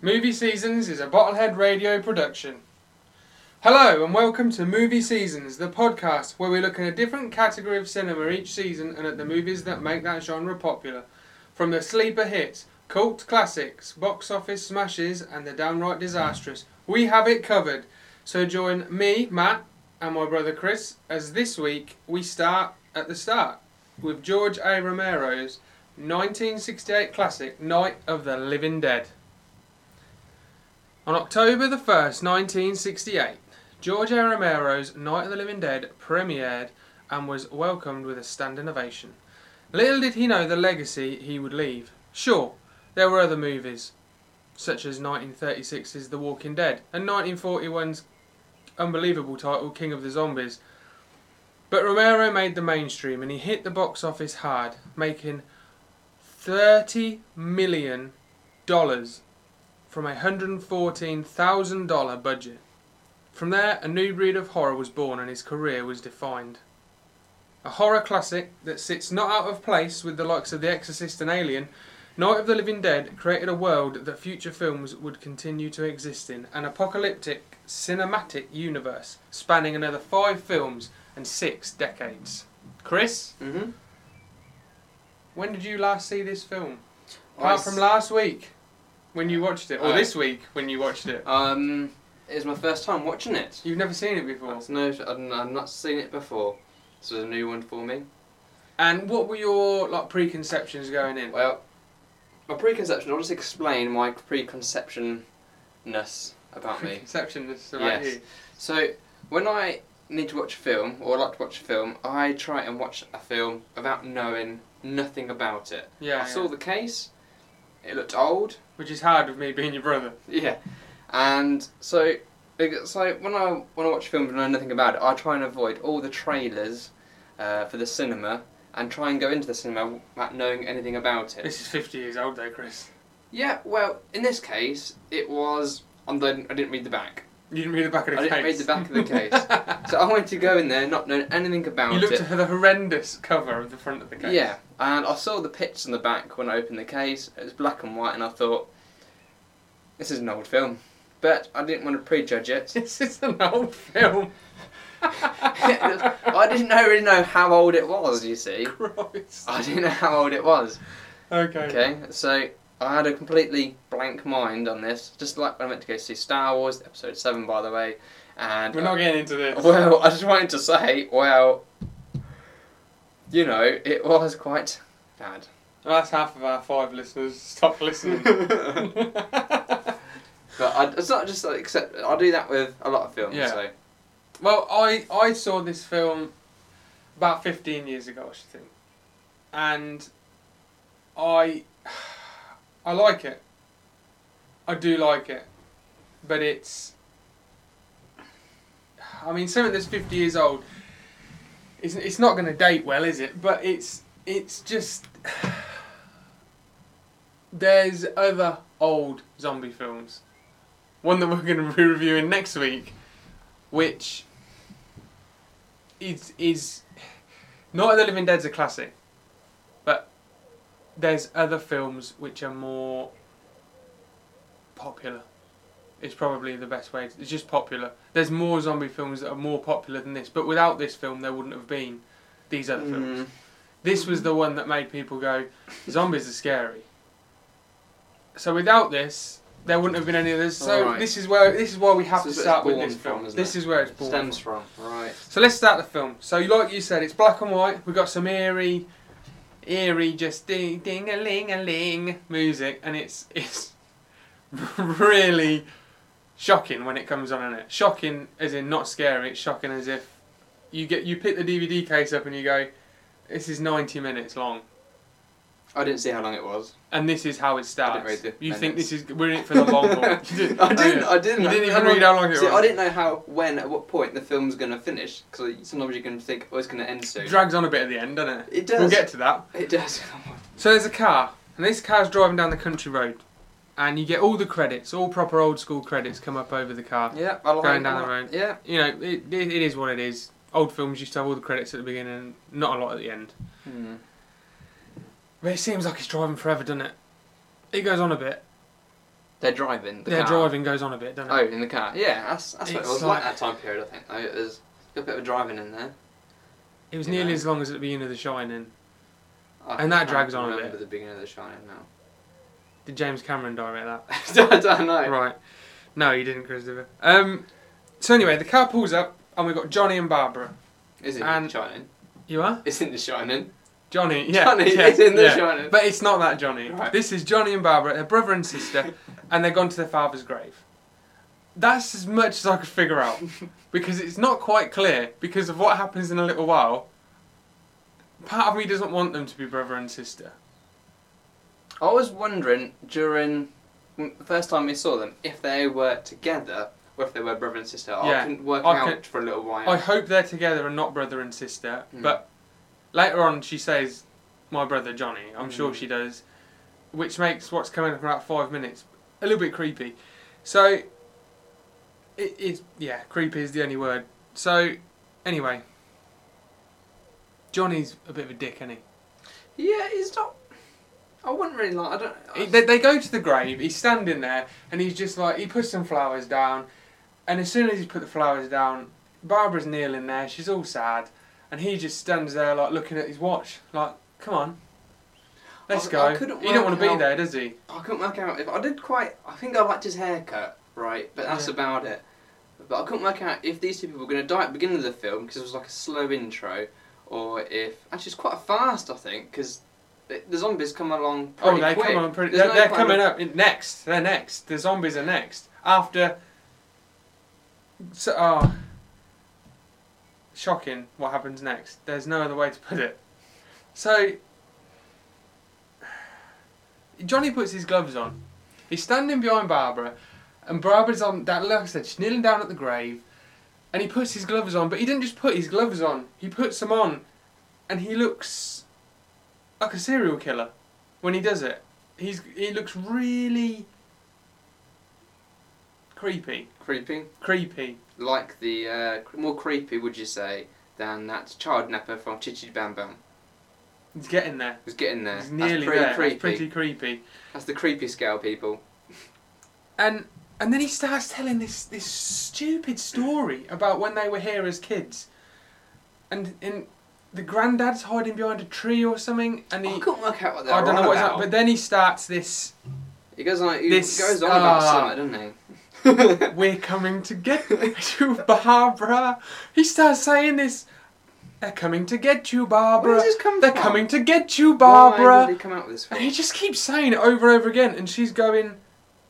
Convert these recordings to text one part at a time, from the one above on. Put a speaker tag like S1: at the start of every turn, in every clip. S1: Movie Seasons is a Bottlehead Radio production. Hello and welcome to Movie Seasons, the podcast where we look at a different category of cinema each season and at the movies that make that genre popular. From the sleeper hits, cult classics, box office smashes, and the downright disastrous, we have it covered. So join me, Matt, and my brother Chris as this week we start at the start with George A. Romero's 1968 classic Night of the Living Dead. On October the 1st, 1968, George A. Romero's Night of the Living Dead premiered and was welcomed with a standing ovation. Little did he know the legacy he would leave. Sure, there were other movies, such as 1936's The Walking Dead and 1941's unbelievable title King of the Zombies. But Romero made the mainstream and he hit the box office hard, making $30 million from a $114,000 budget. From there, a new breed of horror was born and his career was defined. A horror classic that sits not out of place with the likes of The Exorcist and Alien, Night of the Living Dead created a world that future films would continue to exist in, an apocalyptic cinematic universe spanning another five films and six decades. Chris,
S2: Mm-hmm.
S1: when did you last see this film?
S2: I
S1: Apart
S2: s-
S1: from last week when you watched it, or
S2: Uh,
S1: this week when you watched it.
S2: Um, it was my first time watching it.
S1: You've never seen it before.
S2: That's no, I've n- I've not seen it before. This was a new one for me.
S1: And what were your like preconceptions going in?
S2: Well, my preconception. I'll just explain my preconceptionness about me.
S1: Preconception is right
S2: Yes.
S1: here.
S2: So when I need to watch a film or like to watch a film, I try and watch a film without knowing nothing about it.
S1: Yeah,
S2: I
S1: yeah.
S2: saw the case. It looked old.
S1: which is hard with me being your brother.
S2: Yeah, and so so when I when I watch films and know nothing about it, I try and avoid all the trailers uh, for the cinema and try and go into the cinema without knowing anything about it.
S1: This is 50 years old though, Chris.
S2: Yeah, well, in this case, it was I didn't, I didn't read the back,
S1: You didn't read the back of the
S2: I
S1: case.
S2: didn't read the back of the case. so I wanted to go in there not knowing anything about
S1: you looked
S2: it.
S1: at the horrendous cover of the front of the case.
S2: Yeah, and I saw the pictures on the back when I opened the case. It was black and white, and I thought, this is an old film. But I didn't want to prejudge it.
S1: This is an old film.
S2: I didn't know- really know how old it was, you see.
S1: Christ.
S2: I didn't know how old it was.
S1: Okay.
S2: Okay, so I had a completely blank mind on this, just like when I went to go see Star Wars, Episode 7, by the way. And
S1: We're not getting into this.
S2: Well, I just wanted to say, well, you know, it was quite bad.
S1: Well, that's half of our five listeners. Stop listening.
S2: But I, it's not just like, except I do that with a lot of films,
S1: Yeah.
S2: so.
S1: Well, I, I saw this film about 15 years ago, I should think. And I I like it. I do like it. But it's I mean, something that's 50 years old it's, it's not going to date well, is it? But it's it's just there's other old zombie films. One that we're going to be reviewing next week, which is is Night of the Living Dead's a classic, but there's other films which are more popular. It's probably the best way. To, it's just popular. There's more zombie films that are more popular than this, but without this film, there wouldn't have been these other films.
S2: Mm.
S1: This was the one that made people go, zombies are scary. So without this, there wouldn't have been any of this. So
S2: Alright.
S1: this is where this is why we have
S2: This
S1: to
S2: is where
S1: start
S2: it's
S1: with
S2: born
S1: this
S2: from,
S1: film.
S2: isn't
S1: This
S2: it?
S1: is where it's born.
S2: Stems from, right.
S1: So let's start the film. So like you said, it's black and white. We've got some eerie, eerie, just ding ding a ling a ling music, and it's it's really shocking when it comes on, isn't it? Shocking as in not scary. It's shocking as if you get you pick the DVD case up and you go, this is ninety minutes long.
S2: I didn't see how long it was.
S1: And this is how it starts.
S2: read the
S1: you think
S2: minutes.
S1: this is we're in it for the long haul?
S2: I
S1: You did-
S2: didn't.
S1: oh, yeah.
S2: I didn't.
S1: You didn't
S2: I
S1: even read how long it
S2: see,
S1: was.
S2: I didn't know how, when, at what point the film's gonna finish. Because sometimes you can think, oh, it's gonna end soon.
S1: It drags on a bit at the end, doesn't it?
S2: It does.
S1: We'll get to that.
S2: It does.
S1: So there's a car, and this car's driving down the country road, and you get all the credits, all proper old school credits come up over the car.
S2: yeah, I like
S1: Going down
S2: I
S1: the
S2: like-
S1: road.
S2: Yeah.
S1: You know, it, it, it is what it is. Old films used to have all the credits at the beginning, and not a lot at the end.
S2: Hmm.
S1: But it seems like it's driving forever, doesn't it? It goes on a bit.
S2: They're driving. The
S1: Their
S2: car.
S1: driving goes on a bit, do not
S2: Oh,
S1: it?
S2: in the car. Yeah, that's that's what it
S1: It's
S2: was
S1: like-
S2: like, that time period. I think though. it was a little bit of driving in there.
S1: It was
S2: you
S1: nearly
S2: know.
S1: as long as at the beginning of The Shining.
S2: I
S1: And that
S2: can't
S1: drags on a
S2: remember
S1: bit.
S2: the beginning of The Shining now.
S1: Did James Cameron direct that?
S2: I don't know.
S1: Right. No, he didn't, Christopher. Um, so anyway, the car pulls up, and we've got Johnny and Barbara.
S2: Is it
S1: And-
S2: The Shining?
S1: You are
S2: It's in The Shining.
S1: Johnny. Yeah,
S2: Johnny
S1: yeah,
S2: is in The
S1: yeah.
S2: Shining.
S1: But it's not that Johnny.
S2: Right.
S1: This is Johnny and Barbara, they're brother and sister, and they've gone to their father's grave. That's as much as I could figure out because it's not quite clear because of what happens in a little while. Part of me doesn't want them to be brother and sister.
S2: I was wondering during mm, the first time we saw them if they were together or if they were brother and sister. I
S1: Yeah.
S2: couldn't work
S1: I
S2: out
S1: could-
S2: for a little while.
S1: I hope they're together and not brother and sister.
S2: Mm.
S1: But later on, she says, "My brother Johnny." I'm sure
S2: Mm.
S1: she does, which makes what's coming up in about five minutes a little bit creepy. So it is yeah, creepy is the only word. So anyway, Johnny's a bit of a dick, isn't he?
S2: yeah, it's not. I wouldn't really like. I don't.
S1: He-
S2: I,
S1: They, they go to the grave. He's standing there, and he's just like he puts some flowers down, and as soon as he's put the flowers down, Barbara's kneeling there. She's all sad, and he just stands there like looking at his watch, like, "Come on, let's
S2: I-
S1: go."
S2: I
S1: he
S2: couldn't
S1: don't want
S2: work
S1: to be
S2: out-
S1: there, does he?
S2: I couldn't work out if I did quite. I think I liked his haircut, right? But that's
S1: Yeah.
S2: about it. But I couldn't work out if these two people were going to die at the beginning of the film because it was like a slow intro, or if actually it's quite fast. I think because the the zombies come along.
S1: Oh,
S2: Pretty
S1: they
S2: quick.
S1: come on pretty.
S2: There's
S1: They're,
S2: no
S1: they're
S2: kind
S1: coming
S2: of-
S1: up in- next. They're next. The zombies are next after. So, oh, shocking! What happens next? There's no other way to put it. So, Johnny puts his gloves on. He's standing behind Barbara, and Barbara's on that. Like I said, she's kneeling down at the grave, and he puts his gloves on. But he didn't just put his gloves on. He puts them on, and he looks like a serial killer when he does it. He's he looks really creepy.
S2: Creepy.
S1: Creepy.
S2: like the uh, cr- more creepy would you say than that child napper from Chichi Bam Bam
S1: He's getting there.
S2: who's getting there.
S1: He's nearly
S2: That's pretty
S1: there. That's
S2: creepy.
S1: pretty creepy.
S2: That's the creepy scale, people.
S1: And and then he starts telling this this stupid story about when they were here as kids, and in the granddad's hiding behind a tree or something, and he.
S2: I couldn't work out what they're
S1: I don't know
S2: Oh, on
S1: what's
S2: about.
S1: up, but then he starts this.
S2: he goes on. He
S1: this-
S2: goes on about
S1: ah.
S2: something, doesn't he?
S1: We're coming to get you, Barbara. He starts saying this. They're coming to get you, Barbara.
S2: Where does this come
S1: They're
S2: from?
S1: coming to get you,
S2: Why
S1: Barbara.
S2: did he come out with this
S1: And he
S2: film?
S1: just keeps saying it over and over again, and she's going,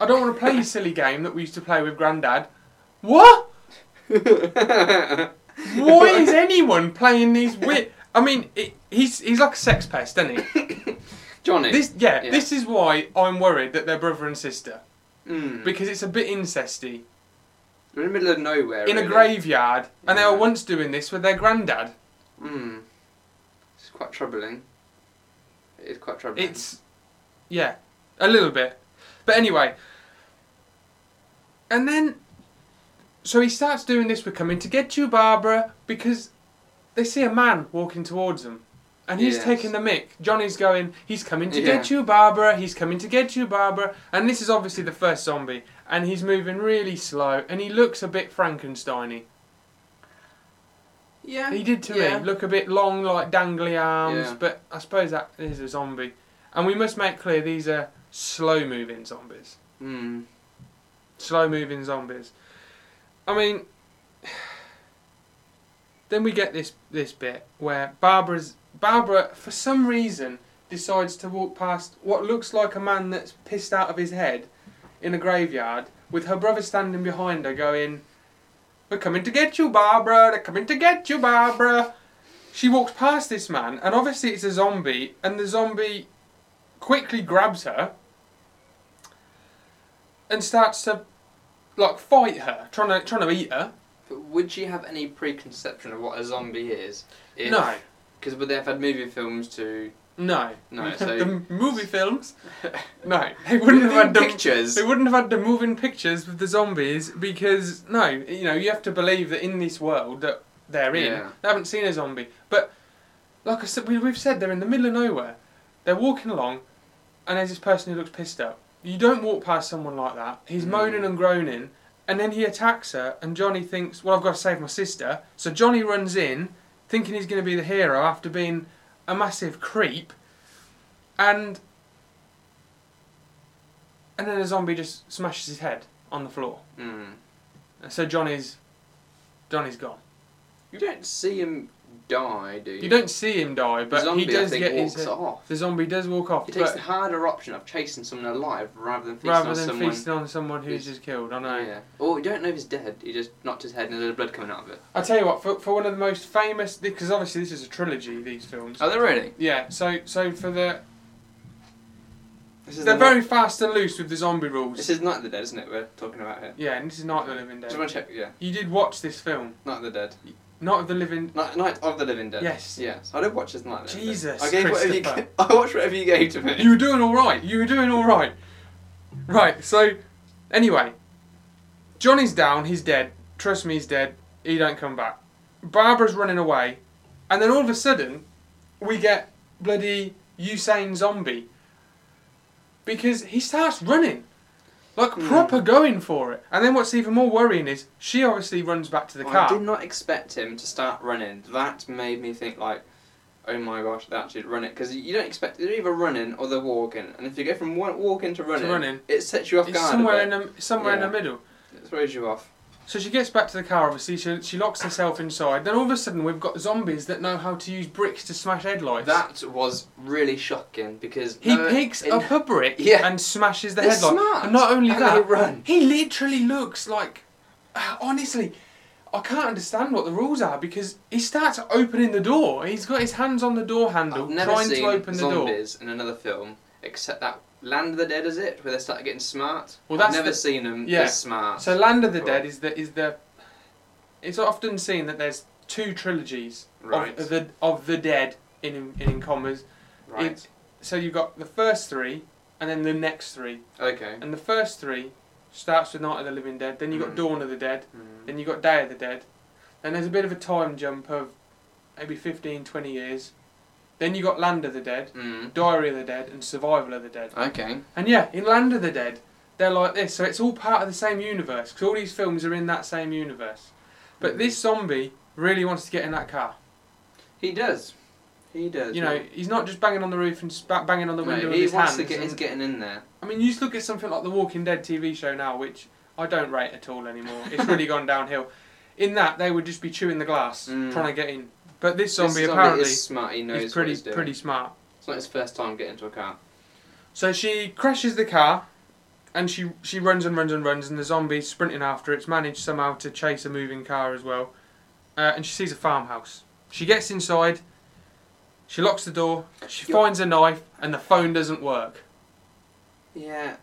S1: I don't want to play your silly game that we used to play with Grandad. What? Why is anyone playing these weird. I mean, it, he's he's like a sex pest, isn't he?
S2: Johnny?
S1: This, yeah,
S2: Yeah.
S1: this is why I'm worried that they're brother and sister.
S2: Mm.
S1: Because it's a bit incesty.
S2: We're in the middle of nowhere.
S1: In a
S2: really.
S1: graveyard, and they
S2: Yeah.
S1: were once doing this with their granddad.
S2: Mm. It's quite troubling. It is quite troubling.
S1: It's yeah, a little bit. But anyway. And then so he starts doing this we're coming to get you Barbara because they see a man walking towards them. And he's
S2: Yes.
S1: taking the mic. Johnny's going, he's coming to
S2: Yeah.
S1: get you, Barbara. He's coming to get you, Barbara. And this is obviously the first zombie. And he's moving really slow. And he looks a bit Frankenstein
S2: yeah.
S1: He did to
S2: yeah.
S1: me. Look a bit long, like dangly arms.
S2: Yeah.
S1: But I suppose that is a zombie. And we must make clear these are slow moving zombies.
S2: Mm.
S1: Slow moving zombies. I mean, then we get this this bit where Barbara's Barbara for some reason decides to walk past what looks like a man that's pissed out of his head in a graveyard with her brother standing behind her going we're coming to get you barbara they're coming to get you barbara she walks past this man and obviously it's a zombie and the zombie quickly grabs her and starts to like fight her trying to trying to eat her
S2: But would you have any preconception of what a zombie is? If,
S1: no
S2: Because would they have had movie films to?
S1: no
S2: No, so-
S1: the movie films no they wouldn't have had them
S2: pictures.
S1: They wouldn't have had the moving pictures with the zombies because no, you know, you have to believe that in this world that they're in,
S2: Yeah.
S1: they haven't seen a zombie. But like I said, we, we've said they're in the middle of nowhere. They're walking along, and there's this person who looks pissed up. You don't walk past someone like that. He's
S2: Mm.
S1: moaning and groaning, and then he attacks her. And Johnny thinks, "Well, I've got to save my sister." So Johnny runs in, thinking he's going to be the hero after being a massive creep, and and then a zombie just smashes his head on the floor.
S2: Mm.
S1: So Johnny's Johnny's gone.
S2: You don't see him die, do you?
S1: You don't see him die,
S2: The
S1: but
S2: zombie,
S1: he does
S2: I think,
S1: get
S2: walks
S1: his. uh,
S2: off.
S1: The zombie does walk off,
S2: It takes
S1: but
S2: the harder option of chasing someone alive rather than feasting
S1: rather
S2: on
S1: than
S2: someone.
S1: feasting on someone who's
S2: who's-
S1: just killed. I know.
S2: Yeah. Or you don't know if he's dead. He just knocked his head and there's a little blood coming out of it.
S1: I tell you what, for, for one of the most famous, because obviously this is a trilogy. These films.
S2: Are they really?
S1: Yeah. So so for the
S2: This
S1: they're
S2: the
S1: very fast and loose with the zombie
S2: Night-
S1: rules.
S2: this is Night of the Dead, isn't it? We're talking about here.
S1: yeah, and this is Night of the Living
S2: Just
S1: Dead.
S2: want to check. Yeah.
S1: You did watch this film,
S2: Night of the Dead.
S1: Night of the Living.
S2: Night, Night of the Living Dead.
S1: Yes.
S2: Yes. I did watch this Night. of the Living Dead.
S1: Jesus,
S2: I gave whatever you.
S1: Christopher.
S2: Gave, I watched whatever you gave to me.
S1: You were doing all right. You were doing all right. Right. So anyway, Johnny's down. He's dead. Trust me, he's dead. He don't come back. Barbara's running away, and then all of a sudden, we get bloody Usain Zombie because he starts running. Like
S2: Hmm.
S1: proper going for it, and then what's even more worrying is she obviously runs back to the
S2: I
S1: car.
S2: did not expect him to start running. That made me think like, oh my gosh, they actually run it because you don't expect they're either running or they're walking, and if you go from one, walking to running,
S1: running.
S2: it sets you off
S1: It's
S2: guard.
S1: somewhere
S2: a
S1: in
S2: bit.
S1: the somewhere in
S2: Yeah.
S1: the middle.
S2: It throws you off.
S1: So she gets back to the car, obviously, she, she locks herself inside. Then all of a sudden, we've got zombies that know how to use bricks to smash headlights.
S2: That was really shocking because
S1: he
S2: no-
S1: picks
S2: in-
S1: up a brick
S2: Yeah.
S1: and smashes the
S2: They're
S1: headlight.
S2: smart.
S1: And not only
S2: And
S1: that,
S2: they run.
S1: he literally looks like. Honestly, I can't understand what the rules are because he starts opening the door. He's got his hands on the door handle,
S2: I've never
S1: trying
S2: seen
S1: to open the door.
S2: zombies in another film except that Land of the Dead is it where they start getting smart.
S1: Well,
S2: I've
S1: that's
S2: never
S1: the-
S2: seen them
S1: yeah.
S2: this smart.
S1: So Land of the
S2: Cool.
S1: Dead is the is the it's often seen that there's two trilogies
S2: Right.
S1: of the of the dead in in, in commas.
S2: right.
S1: it- So you've got the first three and then the next three.
S2: okay.
S1: And the first three starts with Night of the Living Dead, then you've got
S2: Mm.
S1: Dawn of the Dead,
S2: Mm.
S1: then you've got Day of the Dead. Then there's a bit of a time jump of maybe 15, 20 years. Then you got Land of the Dead,
S2: Mm.
S1: Diary of the Dead, and Survival of the Dead.
S2: Okay.
S1: And yeah, in Land of the Dead, they're like this. So it's all part of the same universe because all these films are in that same universe. But
S2: Mhm.
S1: this zombie really wants to get in that car.
S2: He does. He does.
S1: You know, he's not just banging on the roof and spa- banging on the window
S2: No,
S1: with
S2: he
S1: his
S2: wants
S1: hands.
S2: to get.
S1: and-
S2: He's getting in there.
S1: I mean, you just look at something like the Walking Dead TV show now, which I don't rate at all anymore. It's really gone downhill. In that, they would just be chewing the glass,
S2: Mm.
S1: trying to get in. But this zombie
S2: This
S1: apparently
S2: is smart. He knows
S1: is
S2: what
S1: pretty
S2: he's doing.
S1: pretty smart.
S2: It's not his first time getting into a car.
S1: So she crashes the car, and she she runs and runs and runs, and the zombie's sprinting after. It's managed somehow to chase a moving car as well, uh, and she sees a farmhouse. She gets inside. She locks the door. She
S2: You're-
S1: finds a knife, and the phone doesn't work.
S2: Yeah.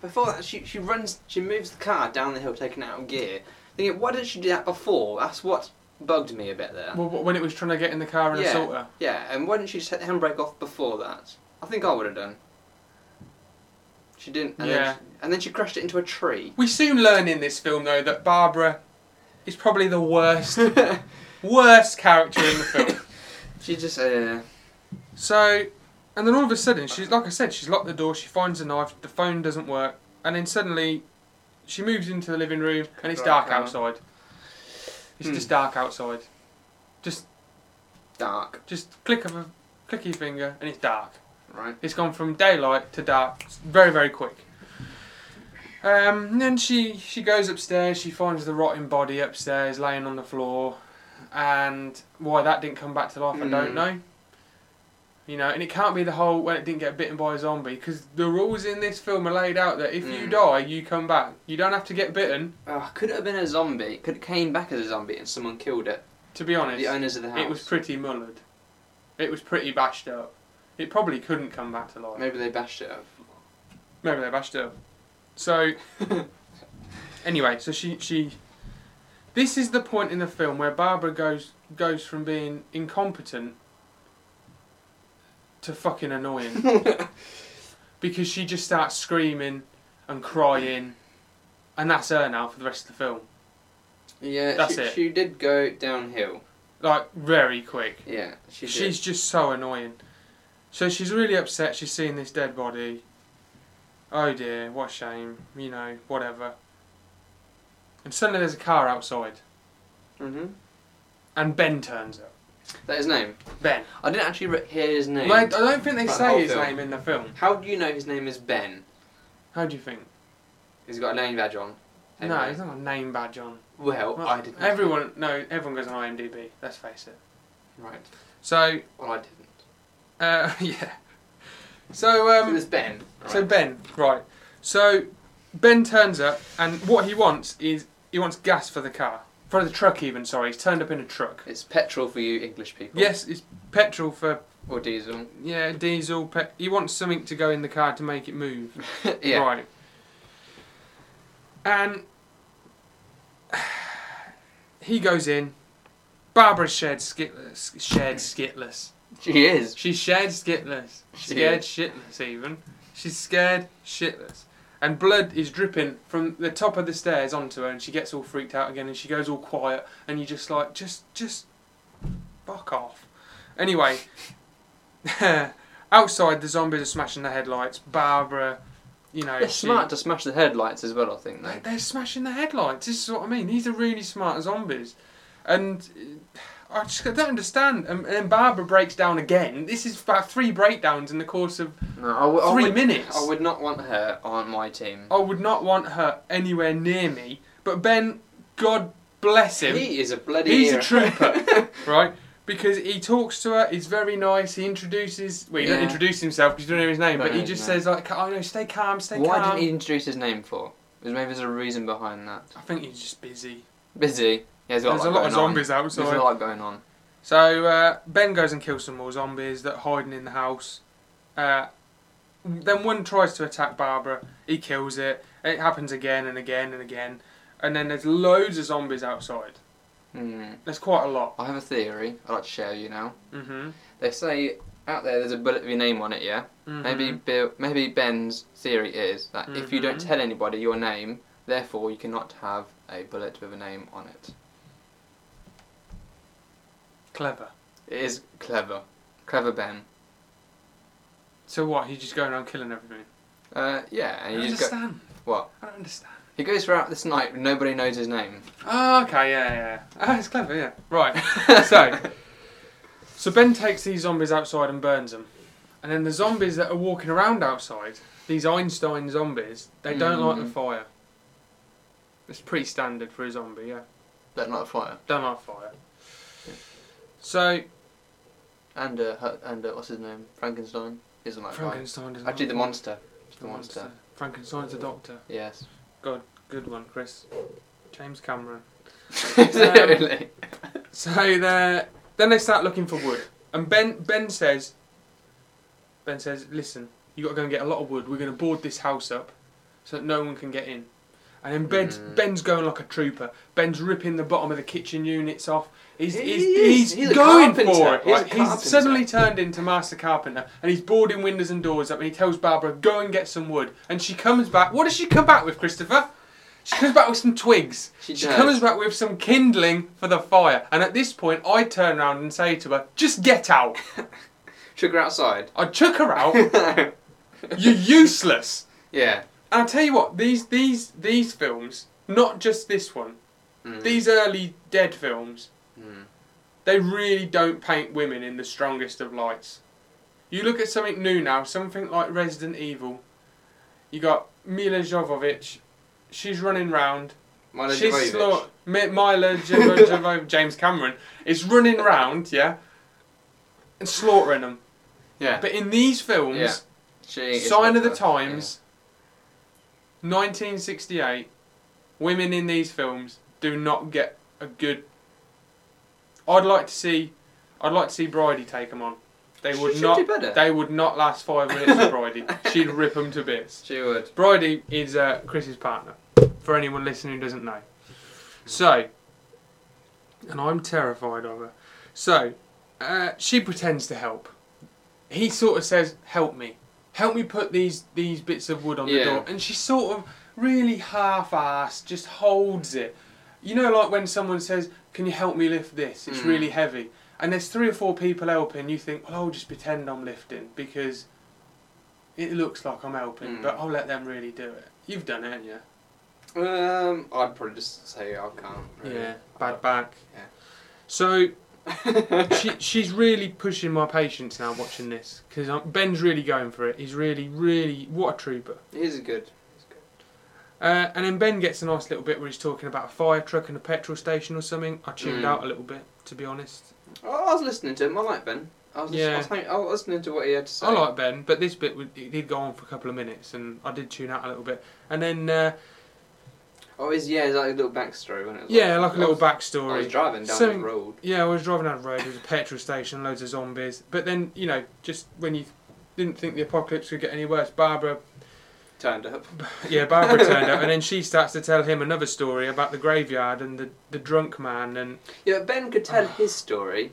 S2: Before that, she she runs. She moves the car down the hill, taking it out of gear. Thinking, why didn't she do that before? That's what bugged me a bit there.
S1: Well, when it was trying to get in the car and
S2: Yeah.
S1: assault her.
S2: Yeah, and why didn't she just take the handbrake off before that? I think I would have done. She didn't. And
S1: Yeah.
S2: Then she, and then she crashed it into a tree.
S1: We soon learn in this film, though, that Barbara is probably the worst, worst character in the film.
S2: she just. Uh,
S1: So, and then all of a sudden, she's like I said, she's locked the door. She finds a knife. The phone doesn't work, and then suddenly, she moves into the living room, and it's dark
S2: Right.
S1: outside. It's
S2: Hmm.
S1: just dark outside. Just,
S2: dark,
S1: just click of a click of your finger, and it's dark.
S2: right?
S1: It's gone from daylight to dark s- very, very quick. Um, and then she, she goes upstairs, she finds the rotting body upstairs laying on the floor, and why that didn't come back to life, I
S2: Mm.
S1: don't know. You know, and it can't be the whole when it didn't get bitten by a zombie, because the rules in this film are laid out that if you
S2: Mm.
S1: die, you come back. You don't have to get bitten,
S2: Oh, could it have been a zombie? Could it came back as a zombie and someone killed it?
S1: to be honest.
S2: The owners of the house.
S1: It was pretty mullered. It was pretty bashed up. It probably couldn't come back to life.
S2: Maybe they bashed it up.
S1: Maybe they bashed her. So, anyway, so she she. This is the point in the film where Barbara goes goes from being incompetent to fucking annoying, because she just starts screaming and crying, and that's her now for the rest of the film.
S2: Yeah,
S1: That's
S2: she,
S1: it.
S2: she did go downhill.
S1: Like very quick.
S2: Yeah, she
S1: she's just so annoying. So she's really upset. She's seeing this dead body. oh dear, what a shame, you know, whatever. And suddenly there's a car outside,
S2: Mm-hmm.
S1: and Ben turns up.
S2: That his name.
S1: Ben.
S2: I didn't actually re- hear his name.
S1: Like, uh, I don't think they
S2: Right,
S1: say
S2: whole
S1: his
S2: film.
S1: name in the film.
S2: How do you know his name is Ben?
S1: How do you think?
S2: He's got a name badge on.
S1: No,
S2: Anyway.
S1: he's not got a name badge on.
S2: Well,
S1: Well,
S2: I didn't.
S1: Everyone, no, everyone goes on IMDb. Let's face it.
S2: Right.
S1: So,
S2: Well, I didn't.
S1: uh, yeah. So,
S2: it
S1: um,
S2: was Ben.
S1: so
S2: Right.
S1: Ben, right? So, Ben turns up, and what he wants is he wants gas for the car, for the truck. Even sorry, he's turned up in a truck.
S2: It's petrol for you English people.
S1: Yes, it's petrol for
S2: Or diesel.
S1: yeah diesel. Pe- he wants something to go in the car to make it move.
S2: yeah.
S1: Right. And he goes in. Barbara shared skitless. Shared skitless.
S2: She is.
S1: She's shared skitless.
S2: She
S1: Scared shitless, even. She's scared shitless. And blood is dripping from the top of the stairs onto her, and she gets all freaked out again, and she goes all quiet, and you just like, just, just, fuck off. Anyway, outside the zombies are smashing the headlights. Barbara, you know,
S2: They're
S1: she-
S2: smart to smash the headlights as well, I think, though.
S1: Like, they're smashing the headlights. This is what I mean. These are really smart zombies, and uh, I just I don't understand. And, and Barbara breaks down again. This is about three breakdowns in the course of
S2: No, I w- I
S1: three
S2: would-
S1: minutes.
S2: I would not want her on my team.
S1: I would not want her anywhere near me. But Ben, God bless him,
S2: He is a bloody.
S1: he's a
S2: hero.
S1: trooper, right? Because he talks to her, he's very nice. He introduces, well, he doesn't
S2: Yeah.
S1: introduce himself because you don't know his name,
S2: Don't
S1: but he
S2: know his
S1: just
S2: name.
S1: says like, "I know, stay calm, stay
S2: Why
S1: calm."
S2: didn't he introduce his name for? Because maybe there's a reason behind that.
S1: I think he's just busy.
S2: Busy. Yeah,
S1: There's a lot of zombies outside.
S2: There's a lot going on.
S1: So uh, Ben goes and kills some more zombies that are hiding in the house. Uh, then one tries to attack Barbara. He kills it. It happens again and again and again. And then there's loads of zombies outside.
S2: Hmm.
S1: There's quite a lot.
S2: I have a theory. I'd like to share with you now.
S1: hmm
S2: They say out there there's a bullet with your name on it. Yeah.
S1: Mm-hmm.
S2: Maybe Bill, maybe Ben's theory is that if you don't
S1: Mhm.
S2: tell anybody your name, therefore you cannot have a bullet with a name on it.
S1: clever.
S2: It is clever, clever Ben.
S1: So what? He's just going around killing everything.
S2: Uh, yeah,
S1: I
S2: and
S1: don't
S2: you just go.
S1: understand.
S2: What?
S1: I don't understand.
S2: He goes throughout this night. and Nobody knows his name.
S1: Oh, okay, yeah, yeah. Ah, it's clever, yeah. Right. so, so Ben takes these zombies outside and burns them, and then the zombies that are walking around outside, these Einstein zombies, they don't like the
S2: Mhm.
S1: fire. It's pretty standard for a zombie, yeah.
S2: But not a fire.
S1: Don't like fire. So
S2: And uh, her- and uh, what's his name? Frankenstein. He doesn't like fire.
S1: Frankenstein doesn't.
S2: Actually,
S1: like
S2: the
S1: fire.
S2: monster. It's the monster.
S1: Frankenstein's a doctor.
S2: Yes.
S1: Good one, Chris. James Cameron. Um,
S2: Seriously.
S1: So they then they start looking for wood, and Ben Ben says, Ben says, listen, you got to go and get a lot of wood. We're going to board this house up, so that no one can get in. And then Ben's,
S2: Mm.
S1: Ben's going like a trooper. Ben's ripping the bottom of the kitchen units off. He's,
S2: He
S1: he's,
S2: is.
S1: he's,
S2: He's a
S1: going
S2: carpenter.
S1: for it.
S2: He's a
S1: right? He's,
S2: carpenter.
S1: suddenly turned into Master Carpenter and he's boarding windows and doors up and he tells Barbara, go and get some wood. And she comes back. What does she come back with, Christopher? She comes back with some twigs.
S2: She
S1: She
S2: does.
S1: comes back with some kindling for the fire, and at this point, I turn around and say to her, "Just get out."
S2: Sugar outside.
S1: I chuck her out. You're useless.
S2: yeah.
S1: And I tell you what, these these these films, not just this one,
S2: Mm.
S1: these early Dead films,
S2: Mm.
S1: they really don't paint women in the strongest of lights. You look at something new now, something like Resident Evil. You got Mila Jovovich. She's running round.
S2: Milo
S1: She's
S2: Jovovich.
S1: slo- Mi- Mila Javo- Javo- James Cameron is running round, yeah, and slaughtering them.
S2: Yeah.
S1: But in these films,
S2: Yeah. She is
S1: Sign of the
S2: proper,
S1: Times, 1968, women in these films do not get a good. I'd like to see, I'd like to see Bridie take them on. They
S2: She
S1: would
S2: should
S1: not.
S2: do better.
S1: They would not last five minutes with Bridie. She'd rip them to bits.
S2: She would.
S1: Bridie is uh, Chris's partner, for anyone listening who doesn't know. So, and I'm terrified of her. So, uh, she pretends to help. He sort of says, "Help me, help me put these these bits of wood on the
S2: Yeah.
S1: door," and she sort of really half-assed just holds it. You know, like when someone says, "Can you help me lift this? It's
S2: Mm.
S1: really heavy." And there's three or four people helping. You think, "Well, I'll just pretend I'm lifting because it looks like I'm helping,
S2: Mm.
S1: but I'll let them really do it. Hmm. You've done it, haven't you?
S2: Um, I'd probably just say I can't. Really.
S1: Bad back.
S2: Yeah.
S1: So she, she's really pushing my patience now watching this because Ben's really going for it. He's really, really what a trooper.
S2: He's good. He's good.
S1: Uh, and then Ben gets a nice little bit where he's talking about a fire truck and a petrol station or something. I tuned
S2: Mm.
S1: out a little bit, to be honest.
S2: Oh, I was listening to him. I like Ben. I was, yeah.
S1: Yeah.
S2: I, was hang- I was listening to what he had to say.
S1: I like Ben, but this bit would- it did go on for a couple of minutes, and I did tune out a little bit. And then uh,
S2: Oh, his yeah, it's like a little backstory when it was.
S1: yeah, like a little
S2: I was
S1: backstory.
S2: driving down
S1: Something-
S2: the road.
S1: Yeah, I was driving down the road. There was a petrol station, loads of zombies. But then you know, just when you didn't think the apocalypse could get any worse, Barbara
S2: Turned up.
S1: Yeah, Barbara turned up, and then she starts to tell him another story about the graveyard and the, the drunk man, and
S2: Yeah, Ben could tell his story,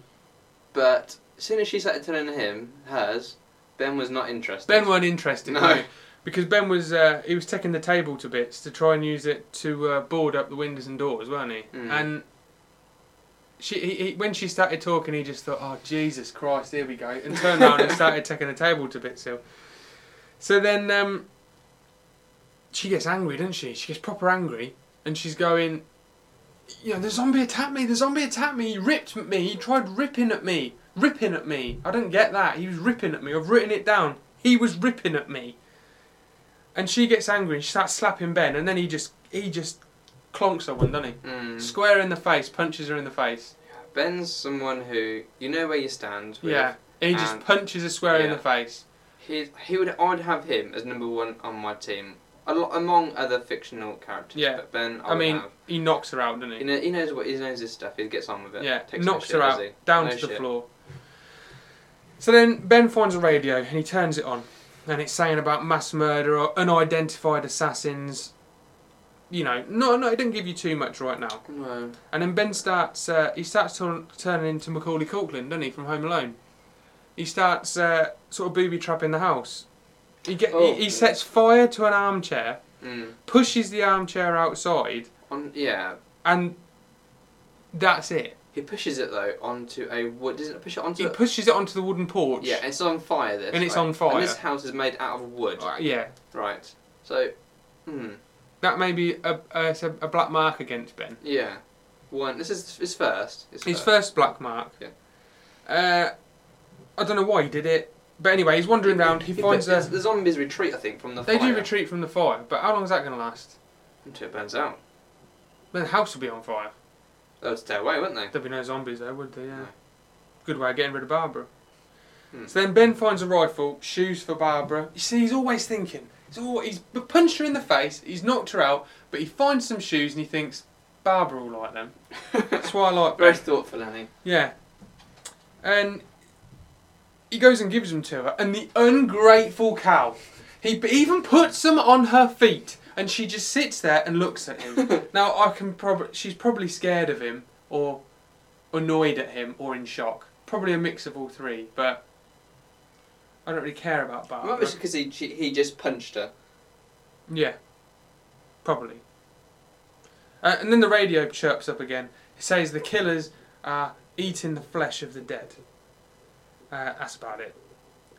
S2: but as soon as she started telling him hers, Ben was not interested.
S1: Ben weren't interested.
S2: No.
S1: No. Because Ben was uh, he was taking the table to bits to try and use it to uh, board up the windows and doors, weren't he?
S2: Mm.
S1: And she he, he, when she started talking, he just thought, "Oh Jesus Christ, here we go," and turned around and started taking the table to bits. So, so then um, she gets angry, doesn't she? She gets proper angry, and she's going, "You know, the zombie attacked me. The zombie attacked me. He ripped at me. He tried ripping at me, ripping at me. I don't get that. He was ripping at me. I've written it down. He was ripping at me." And she gets angry and she starts slapping Ben, and then he just he just clonks her one, doesn't he?
S2: Mm.
S1: Square in the face, punches her in the face.
S2: Ben's someone who you know where you stand. With.
S1: Yeah, and he just
S2: And-
S1: punches her square in
S2: yeah.
S1: the face.
S2: He, he would. I'd have him as number one on my team, a lot, among other fictional characters.
S1: Yeah.
S2: But Ben, I,
S1: I
S2: would
S1: mean,
S2: have.
S1: he knocks her out,
S2: He,
S1: doesn't
S2: know, he knows what he knows his stuff. He gets on with
S1: he?
S2: it.
S1: Yeah,
S2: Takes no
S1: knocks
S2: shit,
S1: her
S2: does
S1: out
S2: he?
S1: down
S2: No
S1: to the
S2: shit.
S1: floor. So then Ben finds a radio and he turns it on, and it's saying about mass murder or unidentified assassins. You know, no, no, it doesn't give you too much right now.
S2: No.
S1: And then Ben starts, uh, he starts turn turning into Macaulay Culkin, doesn't he, from Home Alone? He starts uh, sort of booby trapping the house. He get,
S2: Oh.
S1: he, he sets fire to an armchair,
S2: Mm.
S1: pushes the armchair outside,
S2: On yeah.
S1: and that's it.
S2: He pushes it though onto a wood. Doesn't it push it onto?
S1: He
S2: a-
S1: pushes it onto the wooden porch.
S2: yeah, it's on fire. This
S1: And it's
S2: right?
S1: on fire.
S2: And this house is made out of wood.
S1: Uh, yeah.
S2: Right. So, hmm.
S1: That may be a, a, it's a, a black mark against Ben.
S2: Yeah. One. This is his first.
S1: His first black mark.
S2: Yeah.
S1: Uh, I don't know why he did it, but anyway, he's wandering round. He
S2: Yeah,
S1: finds
S2: but
S1: a.
S2: the zombies retreat. I think from the
S1: They
S2: fire.
S1: do retreat from the fire, but how long is that going to last?
S2: Until it burns out.
S1: Then the house will be on fire.
S2: They'll stay away, won't they?
S1: There'd be no zombies there, would there? Yeah.
S2: No.
S1: Good way of getting rid of Barbara.
S2: Hmm.
S1: So then Ben finds a rifle, shoots for Barbara. You see, he's always thinking. He's, all, he's punched her in the face, he's knocked her out, but he finds some shoes and he thinks, Barbara will like them. That's why I like
S2: Very
S1: Ben.
S2: thoughtful, Annie.
S1: Yeah. And he goes and gives them to her, and the ungrateful cow. He p- even puts them on her feet, and she just sits there and looks at him. now I can probably she's probably scared of him, or annoyed at him, or in shock. Probably a mix of all three, but I don't really care about Barbara.
S2: Might be because he she, he just punched her.
S1: Yeah, probably. Uh, and then the radio chirps up again. It says the killers are eating the flesh of the dead. Uh, that's about it.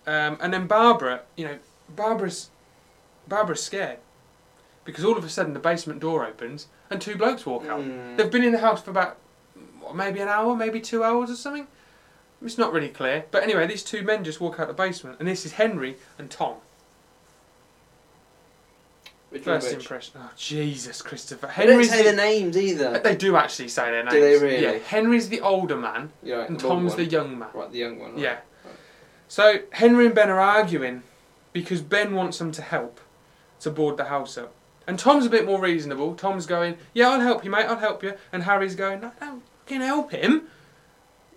S1: Um, and then Barbara, you know, Barbara's Barbara's scared because all of a sudden the basement door opens and two blokes walk out.
S2: Mm.
S1: They've been in the house for about what, maybe an hour, maybe two hours or something. It's not really clear. But anyway, these two men just walk out the basement, and this is Henry and Tom.
S2: Which one
S1: First
S2: which?
S1: impression. Oh Jesus, Christopher.
S2: They don't
S1: Henry's.
S2: say
S1: the-
S2: the names either.
S1: they do actually say their names.
S2: Do they really?
S1: Yeah. Henry's the older man,
S2: You're right,
S1: and
S2: the old
S1: Tom's
S2: one.
S1: the young man.
S2: Right, the young one. right.
S1: Yeah. So Henry and Ben are arguing because Ben wants them to help to board the house up. And Tom's a bit more reasonable. Tom's going, Yeah, I'll help you, mate, I'll help you. And Harry's going, No, don't fucking help him.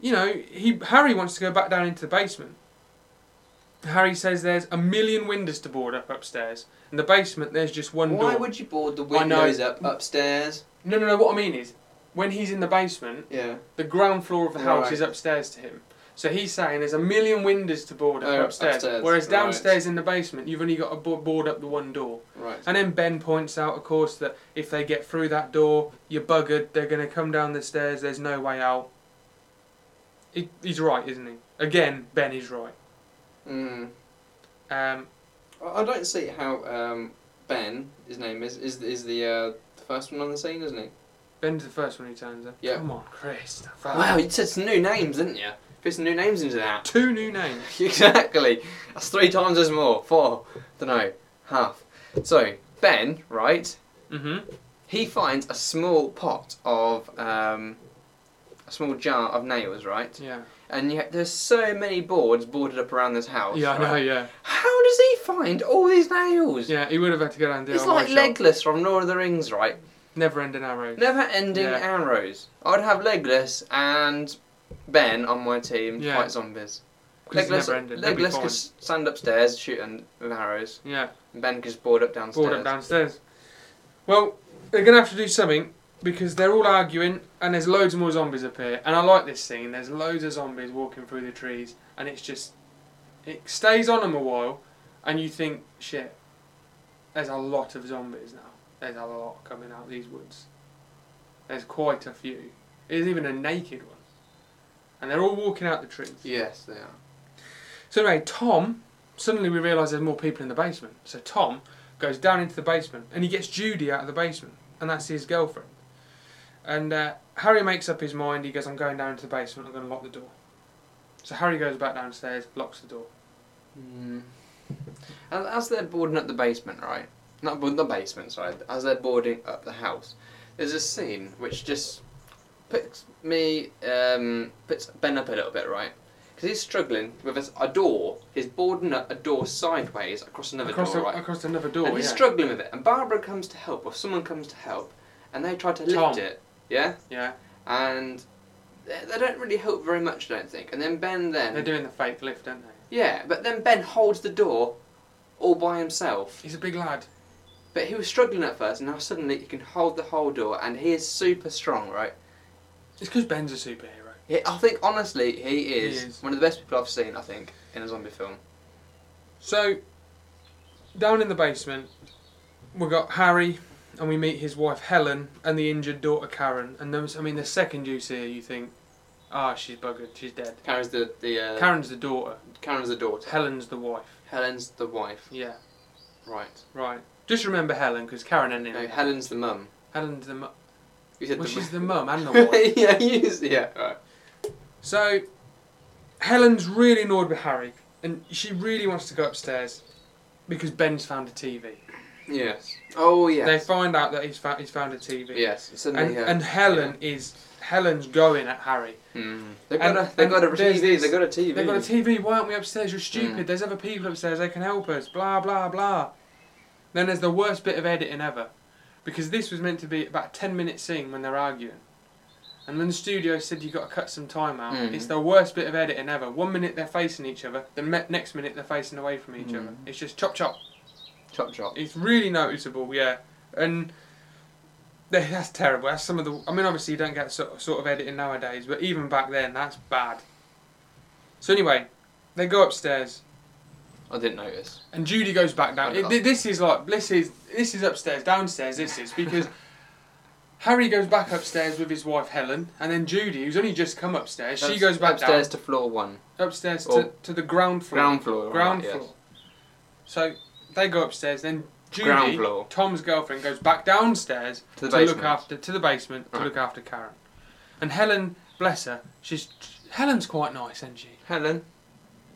S1: You know, he Harry wants to go back down into the basement. Harry says there's a million windows to board up upstairs. In the basement, there's just one door.
S2: Why would you board the
S1: I know.
S2: windows up upstairs?
S1: No, no, no. What I mean is, when he's in the basement,
S2: Yeah.
S1: the ground floor of the house
S2: Right.
S1: is upstairs to him. So he's saying there's a million windows to board up
S2: Oh,
S1: upstairs,
S2: upstairs,
S1: whereas
S2: right.
S1: downstairs in the basement, you've only got to bo- board up the one door.
S2: Right.
S1: And then Ben points out, of course, that if they get through that door, you're buggered. They're going to come down the stairs. There's no way out.
S2: Hmm.
S1: He, he's right, isn't he? Again, Ben is right.
S2: Mm.
S1: Um,
S2: I I don't see how um, Ben, his name is, is is the uh, the first one on the scene, isn't he?
S1: Ben's the first one who turns up.
S2: Yeah.
S1: Come on, Christopher.
S2: Wow, you said some new names, didn't you? Put some new names into that.
S1: Two new names.
S2: exactly. That's three times as more. Four. Don't know. Half. So Ben, right?
S1: Mm-hmm.
S2: He finds a small pot of um, a small jar of nails, right?
S1: Yeah.
S2: And yet there's so many boards boarded up around this house.
S1: Yeah, I know,
S2: right?
S1: yeah.
S2: How does he find all these nails?
S1: Yeah, he would have had to go down and do
S2: It's
S1: a
S2: like
S1: shop.
S2: Legless from Lord of the Rings, right?
S1: Never ending arrows.
S2: Never ending
S1: Yeah.
S2: arrows. I'd have Legless and Ben on my team to
S1: Yeah.
S2: fight zombies.
S1: 'Cause it's
S2: Legless,
S1: never ending. That'd be
S2: Legless
S1: fine.
S2: could stand upstairs shooting with arrows.
S1: Yeah.
S2: And ben could just board up downstairs.
S1: Board up downstairs. Well, they're gonna have to do something because they're all arguing and there's loads more zombies up here. And I like this scene. There's loads of zombies walking through the trees, and it's just it stays on them a while, and you think, shit, there's a lot of zombies now. There's a lot coming out of these woods. There's quite a few. There's even a naked one, and they're all walking out the trees.
S2: Yes, they are.
S1: So anyway, Tom suddenly we realise there's more people in the basement. So Tom goes down into the basement and he gets Judy out of the basement, and that's his girlfriend. And uh, Harry makes up his mind. He goes, "I'm going down into the basement. I'm going to lock the door." So Harry goes back downstairs, locks the door.
S2: Mm. As, as they're boarding up the basement, right? Not boarding the basement, sorry. As they're boarding up the house, there's a scene which just puts me, um, puts Ben up a little bit, right? Because he's struggling with a, a door. He's boarding up a door sideways across another
S1: across,
S2: door,
S1: a-
S2: right?
S1: across another door.
S2: and he's
S1: yeah.
S2: struggling with it. And Barbara comes to help, or someone comes to help, and they try to
S1: Tom.
S2: lift it. Yeah?
S1: yeah,
S2: And they, they don't really help very much, I don't think. And then Ben then.
S1: they're doing the fake lift, aren't they?
S2: Yeah, but then Ben holds the door all by himself.
S1: He's a big lad.
S2: But he was struggling at first, and now suddenly he can hold the whole door, and he is super strong, right?
S1: It's because Ben's a superhero.
S2: He, I think, honestly, he is,
S1: is.
S2: one of the best people I've seen, I think, in a zombie film.
S1: So, down in the basement, we got Harry, and we meet his wife Helen and the injured daughter Karen. And those, I mean, the second you see her, you think, ah, she's buggered, she's dead.
S2: Karen's the, the uh,
S1: Karen's the daughter,
S2: Karen's the daughter.
S1: Helen's the wife.
S2: Helen's the wife.
S1: Yeah,
S2: Right.
S1: right. Just remember Helen, because Karen and
S2: No,
S1: him.
S2: Helen's the mum.
S1: Helen's the mu-
S2: You said
S1: well,
S2: the
S1: she's the
S2: mum.
S1: mum and the wife.
S2: yeah, you s- yeah, right.
S1: So, Helen's really annoyed with Harry, and she really wants to go upstairs because Ben's found a TV.
S2: Yes. Oh,
S1: They
S2: yes.
S1: find out that he's found he's found a TV.
S2: Yes. Suddenly,
S1: and,
S2: yeah.
S1: and Helen is Helen's going at Harry.
S2: Mm. They've
S1: and-
S2: got a, they've got a
S1: and there's
S2: TV.
S1: this-
S2: They've got a TV.
S1: They've got a TV. Why aren't we upstairs? You're stupid.
S2: Mm.
S1: There's other people upstairs. They can help us. Blah blah blah. Then there's the worst bit of editing ever, because this was meant to be about a ten minute scene when they're arguing, and when the studio said you got to cut some time out,
S2: Mm.
S1: it's the worst bit of editing ever. One minute they're facing each other, the me- next minute they're facing away from each other.
S2: Mm.
S1: It's just chop chop.
S2: Chop chop.
S1: It's really noticeable, yeah. And th- that's terrible. That's some of the. I mean, obviously you don't get sort sort of editing nowadays, but even back then, that's bad. So anyway, they go upstairs,
S2: I didn't notice.
S1: and Judy goes back down. It- this is like this is this is upstairs, downstairs. This is because Harry goes back upstairs with his wife Helen, and then Judy, who's only just come upstairs, she
S2: Ups-
S1: goes back
S2: upstairs to floor one.
S1: down upstairs to,
S2: Or-
S1: to the ground floor.
S2: Ground floor.
S1: Ground
S2: right, yes.
S1: floor. So they go upstairs, then Judy,
S2: Ground floor.
S1: Tom's girlfriend, goes back downstairs to,
S2: To the
S1: look
S2: basement.
S1: after to the basement to
S2: Right.
S1: look after Karen. And Helen, bless her, she's Helen's quite nice, isn't she?
S2: Helen.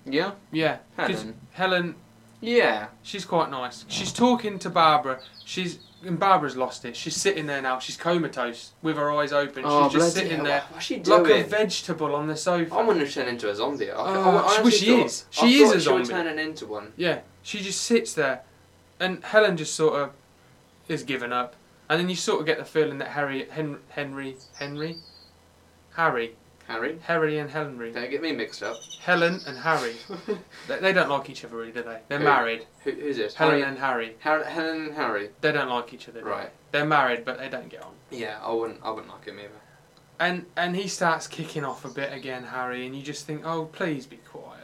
S2: Yeah.
S1: Yeah. 'cause
S2: Helen.
S1: Helen,
S2: Yeah.
S1: she's quite nice. She's talking to Barbara. She's and Barbara's lost it. She's sitting there now. She's comatose with her eyes open. she's just
S2: Oh, bloody
S1: sitting
S2: hell,
S1: there
S2: What's she
S1: like
S2: doing?
S1: a
S2: Uh,
S1: vegetable on the sofa.
S2: I want to turn into a zombie. I, I,
S1: Oh,
S2: I honestly
S1: well, she
S2: thought-
S1: is.
S2: I
S1: She is
S2: thought
S1: a
S2: She
S1: zombie.
S2: was turning into one.
S1: Yeah, she just sits there, and Helen just sort of is given up, and then you sort of get the feeling that Harry, Hen- Henry, Henry, Harry,
S2: Harry.
S1: Harry and Henry,
S2: Don't get me mixed up.
S1: Helen and Harry, they, they don't like each other, really, do they? They're
S2: Who?
S1: married.
S2: Who, who's this?
S1: Helen
S2: Harry.
S1: and Harry,
S2: Har- Helen and Harry.
S1: they don't like each other. do they?
S2: Right.
S1: They're married, but they don't get on.
S2: Yeah, I wouldn't. I wouldn't like him either.
S1: And and he starts kicking off a bit again, Harry, and you just think, oh, please be quiet.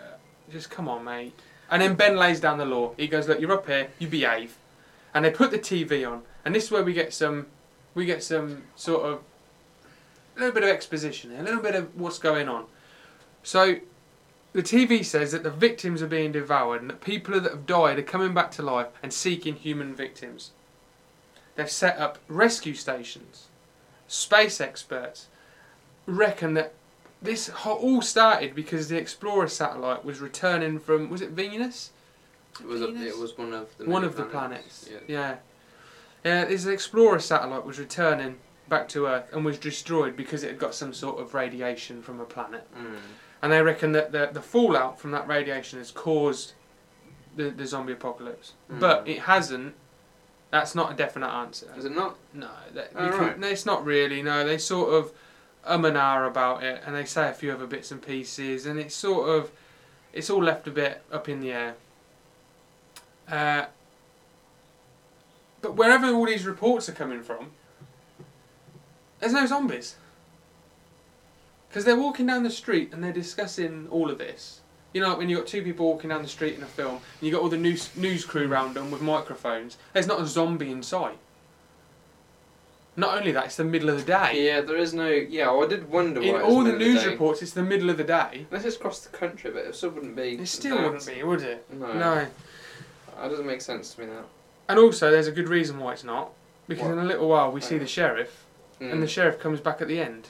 S1: Just come on, mate. And then Ben lays down the law. He goes, look, you're up here, you behave. And they put the TV on, and this is where we get some, we get some sort of, a little bit of exposition, here, a little bit of what's going on. So, The TV says that the victims are being devoured and that people that have died are coming back to life and seeking human victims. They've set up rescue stations. Space experts reckon that this ho- all started because the Explorer satellite was returning from, was it Venus?
S2: It was, a,
S1: Venus?
S2: it was one of the
S1: One
S2: many
S1: of the planets.
S2: Yeah.
S1: Yeah. Yeah, this Explorer satellite was returning back to Earth and was destroyed because it had got some sort of radiation from a planet.
S2: Mm.
S1: And they reckon that the, the fallout from that radiation has caused the, the zombie apocalypse. But
S2: Mm.
S1: it hasn't. That's not a definite answer.
S2: Is it not?
S1: No, that,
S2: Oh,
S1: you can-
S2: right.
S1: no, it's not really. No, they sort of um and ah about it, and they say a few other bits and pieces, and it's sort of it's all left a bit up in the air. Uh, but wherever all these reports are coming from, there's no zombies. Because they're walking down the street and they're discussing all of this. You know, like when you've got two people walking down the street in a film, and you've got all the news, news crew round them with microphones, there's not a zombie in sight. Not only that, it's the middle of the day.
S2: Yeah, there is no. Yeah, well, I did wonder. why
S1: in
S2: it was
S1: all the
S2: middle of
S1: news
S2: day.
S1: reports, it's the middle of the day.
S2: This is across the country, but it still wouldn't be.
S1: It still
S2: that.
S1: wouldn't be, would it?
S2: No.
S1: No.
S2: That doesn't make sense to me now.
S1: And also, there's a good reason why it's not. Because
S2: What?
S1: in a little while, we see
S2: Okay.
S1: the sheriff,
S2: Mm.
S1: and the sheriff comes back at the end.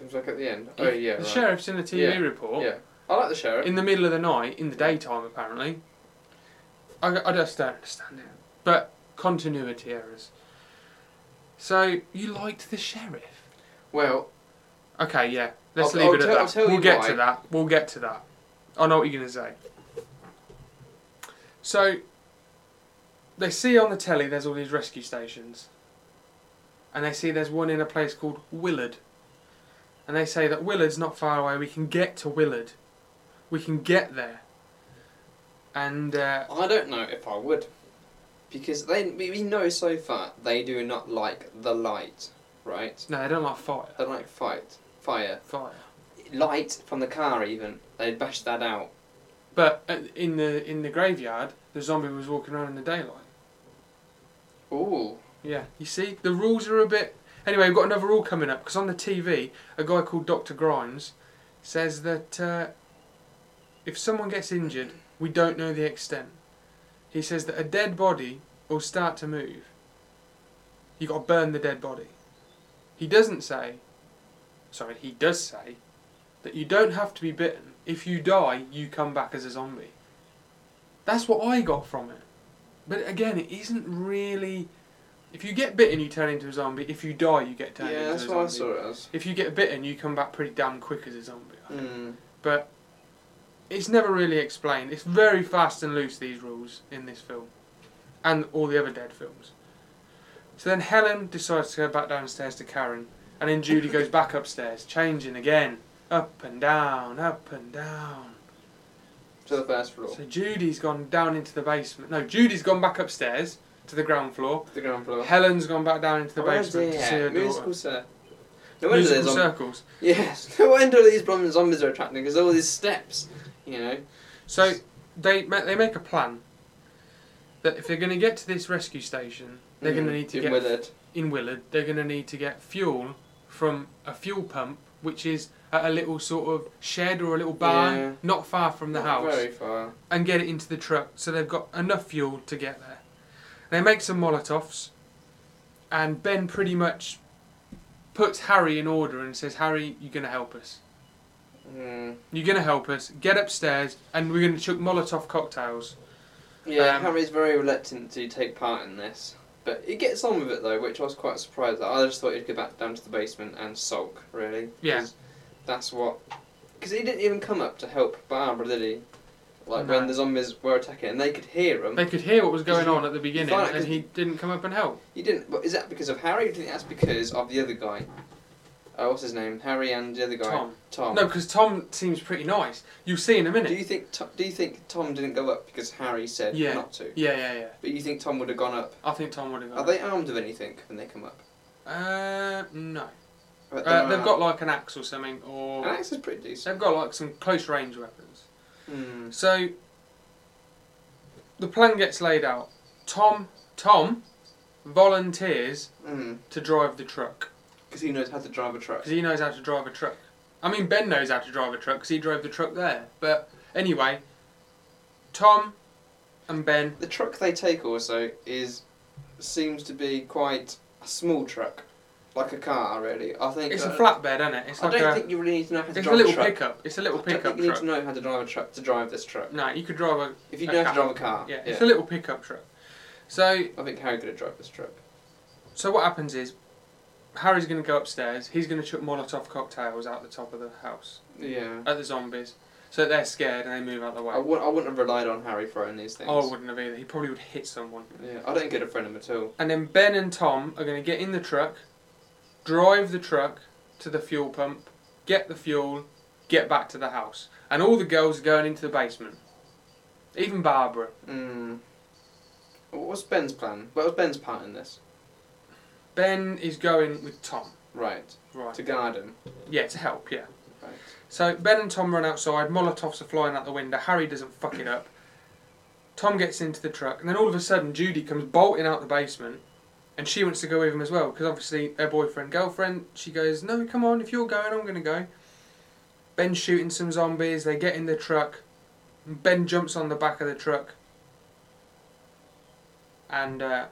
S2: it was like at the end. Oh yeah.
S1: The
S2: right.
S1: sheriff's in a TV
S2: Yeah.
S1: report.
S2: Yeah. I like the sheriff.
S1: in the middle of the night, in the daytime apparently. I, I just don't understand it. But continuity errors. So you liked the sheriff?
S2: well,
S1: Okay, yeah. Let's
S2: I'll-
S1: leave
S2: I'll
S1: it at
S2: tell-
S1: that.
S2: I'll tell
S1: we'll
S2: you
S1: get
S2: why.
S1: to that. We'll get to that. I know what you're gonna say. So they see on the telly there's all these rescue stations, and they see there's one in a place called Willard, and they say that Willard's not far away. We can get to Willard. We can get there. And uh,
S2: I don't know if I would, because they we we know so far they do not like the light, right?
S1: no, they don't like fire.
S2: They like fight, fire,
S1: Fire.
S2: light from the car. Even they bash that out.
S1: But uh, in the in the graveyard, the zombie was walking around in the daylight.
S2: Ooh.
S1: Yeah, you see, the rules are a bit. Anyway, we've got another rule coming up because on the TV, a guy called Dr. Grimes says that uh, if someone gets injured, we don't know the extent. He says that a dead body will start to move. you got to burn the dead body. He doesn't say, sorry, he does say that you don't have to be bitten. If you die, you come back as a zombie. That's what I got from it. But again, it isn't really. If you get bitten, you turn into a zombie. If you die, you get turned into a
S2: Yeah, that's
S1: zombie.
S2: what I saw it as.
S1: If you get bitten, you come back pretty damn quick as a zombie. I think.
S2: Mm.
S1: But it's never really explained. It's very fast and loose, these rules in this film and all the other dead films. So then Helen decides to go back downstairs to Karen, and then Judy goes back upstairs, changing again. Up and down, up and down.
S2: To the first floor,
S1: So Judy's gone down into the basement. No, Judy's gone back upstairs to the ground floor.
S2: the ground floor.
S1: Helen's gone back down into the
S2: Oh,
S1: basement to see
S2: dear.
S1: her
S2: Musical
S1: daughter.
S2: sir. No wonder
S1: Musical
S2: there's zombies.
S1: circles.
S2: Yes, no wonder all these blooming zombies are attracting because all these steps, you know.
S1: So they ma- they make a plan that if they're going to get to this rescue station, they're going to need to
S2: Mm-hmm. in
S1: get
S2: Willard.
S1: in Willard. They're going to need to get fuel from a fuel pump, which is at a little sort of shed or a little barn,
S2: Yeah.
S1: not far from the
S2: Not
S1: house,
S2: Very far.
S1: and get it into the truck. So they've got enough fuel to get there. They make some Molotovs, and Ben pretty much puts Harry in order and says, "Harry, you're going to help us."
S2: Mm.
S1: You're gonna help us get upstairs, and we're gonna chuck Molotov cocktails.
S2: Yeah,
S1: Um,
S2: Harry's very reluctant to take part in this, but he gets on with it though, which I was quite surprised at. I just thought he'd go back down to the basement and sulk, really. 'cause
S1: Yeah.
S2: That's what. Because he didn't even come up to help Barbara, did he? Like
S1: No.
S2: when the zombies were attacking, and they could hear him.
S1: They could hear what was going on at the beginning,
S2: Fine, 'cause-
S1: and he didn't come up and help.
S2: You didn't. But is that because of Harry? Or do you think that's because of the other guy? Uh, what's his name? Harry and the other guy.
S1: Tom.
S2: Tom.
S1: No, because Tom seems pretty nice. You'll see in a minute.
S2: Do you think Tom, do you think Tom didn't go up because Harry said
S1: Yeah.
S2: not to?
S1: Yeah, yeah, yeah.
S2: But you think Tom would have gone up?
S1: I think Tom would have
S2: Are
S1: gone.
S2: they armed with anything when they come up?
S1: Uh, no.
S2: But
S1: Uh,
S2: they're
S1: they've got
S2: armed.
S1: like an axe or something, or
S2: An axe is pretty decent.
S1: they've got like some close range weapons.
S2: Mm.
S1: So the plan gets laid out. Tom, Tom, volunteers
S2: Mm.
S1: to drive the truck
S2: Because Hmm. he knows how to drive a truck.
S1: because he knows how to drive a truck. I mean, Ben knows how to drive a truck because he drove the truck there. But anyway, Tom and Ben.
S2: The truck they take also is seems to be quite a small truck, like a car really. I think
S1: It's a
S2: uh,
S1: flatbed, isn't it? It's
S2: I
S1: like
S2: don't
S1: a.
S2: think you really need to know how to
S1: It's a
S2: drive
S1: little
S2: truck.
S1: pickup. It's a little
S2: I don't
S1: pickup
S2: think you need
S1: truck.
S2: to know how to drive a truck to drive this truck.
S1: No, you could drive a.
S2: If you
S1: a
S2: know how to
S1: car.
S2: drive a car,
S1: Yeah, it's a little pickup truck. So,
S2: I think Harry could have drive this truck.
S1: so what happens is, Harry's going to go upstairs. He's going to chuck Molotov cocktails out the top of the house
S2: Yeah.
S1: at the zombies, so that they're scared and they move out the way.
S2: I, would, I wouldn't have relied on Harry throwing these things.
S1: Oh, I wouldn't have either. He probably would hit someone.
S2: Yeah, I don't get a friend him at all.
S1: And then Ben and Tom are going to get in the truck, drive the truck to the fuel pump, get the fuel, get back to the house. And all the girls are going into the basement. Even Barbara.
S2: Mm. What was Ben's plan? What was Ben's part in this?
S1: Ben is going with Tom.
S2: Right.
S1: Right.
S2: To guard him.
S1: Yeah, to help, yeah.
S2: Right.
S1: So Ben and Tom run outside, Molotovs are flying out the window, Harry doesn't fuck it up. Tom gets into the truck, and then all of a sudden Judy comes bolting out the basement, and she wants to go with him as well, because obviously her boyfriend, girlfriend, she goes, No, come on, if you're going, I'm going to go. Ben's shooting some zombies, they get in the truck, and Ben jumps on the back of the truck, and uh,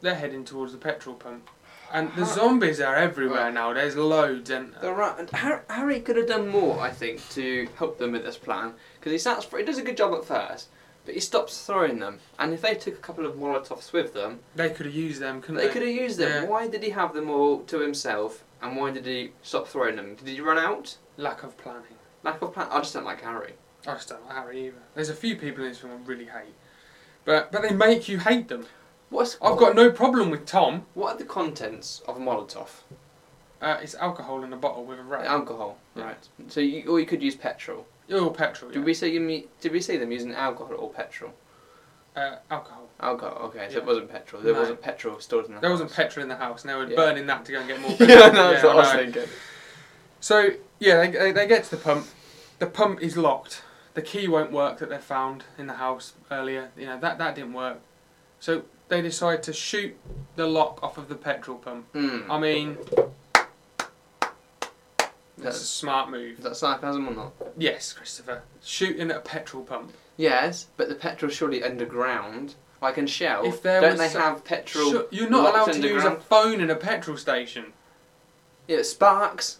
S1: they're heading towards the petrol pump. And the
S2: How-
S1: zombies are everywhere now, there's loads, and.
S2: The ra- and Har- Harry could have done more, I think, to help them with this plan. Because he starts, he does a good job at first, but he stops throwing them. And if they took a couple of Molotovs with them,
S1: They could have used them, couldn't they?
S2: they could have used them.
S1: Yeah.
S2: Why did he have them all to himself? And why did he stop throwing them? Did he run out?
S1: Lack of planning.
S2: Lack of plan. I just don't like Harry.
S1: I just don't like Harry either. There's a few people in this film I really hate, but but they make you hate them.
S2: What's
S1: I've got no problem with Tom.
S2: What are the contents of a Molotov?
S1: Uh, it's alcohol in a bottle with a rat.
S2: Alcohol.
S1: Yeah.
S2: Right. So you, or you could use petrol.
S1: Or petrol.
S2: Did
S1: Yeah.
S2: we see you me- Did we see them using alcohol or petrol?
S1: Uh, alcohol.
S2: Alcohol. Okay, so
S1: Yeah.
S2: it wasn't petrol. There
S1: No.
S2: wasn't petrol stored in. the
S1: There wasn't
S2: house.
S1: petrol in the house, and they were
S2: Yeah.
S1: burning that to go and get more.
S2: yeah, no, that's what I was
S1: know.
S2: thinking.
S1: So yeah, they, they, they get to the pump. The pump is locked. The key won't work that they found in the house earlier. You know that that didn't work. So they decide to shoot the lock off of the petrol pump.
S2: Hmm.
S1: I mean, that's a
S2: That's,
S1: smart move.
S2: is that sarcasm or not?
S1: Yes, Christopher. Shooting at a petrol pump.
S2: Yes, but the petrol's surely underground, like in Shell.
S1: If there
S2: don't
S1: was
S2: they
S1: some-
S2: have petrol?
S1: Sure, you're not
S2: locked
S1: allowed to use a
S2: underground?
S1: phone in a petrol station.
S2: Yeah, sparks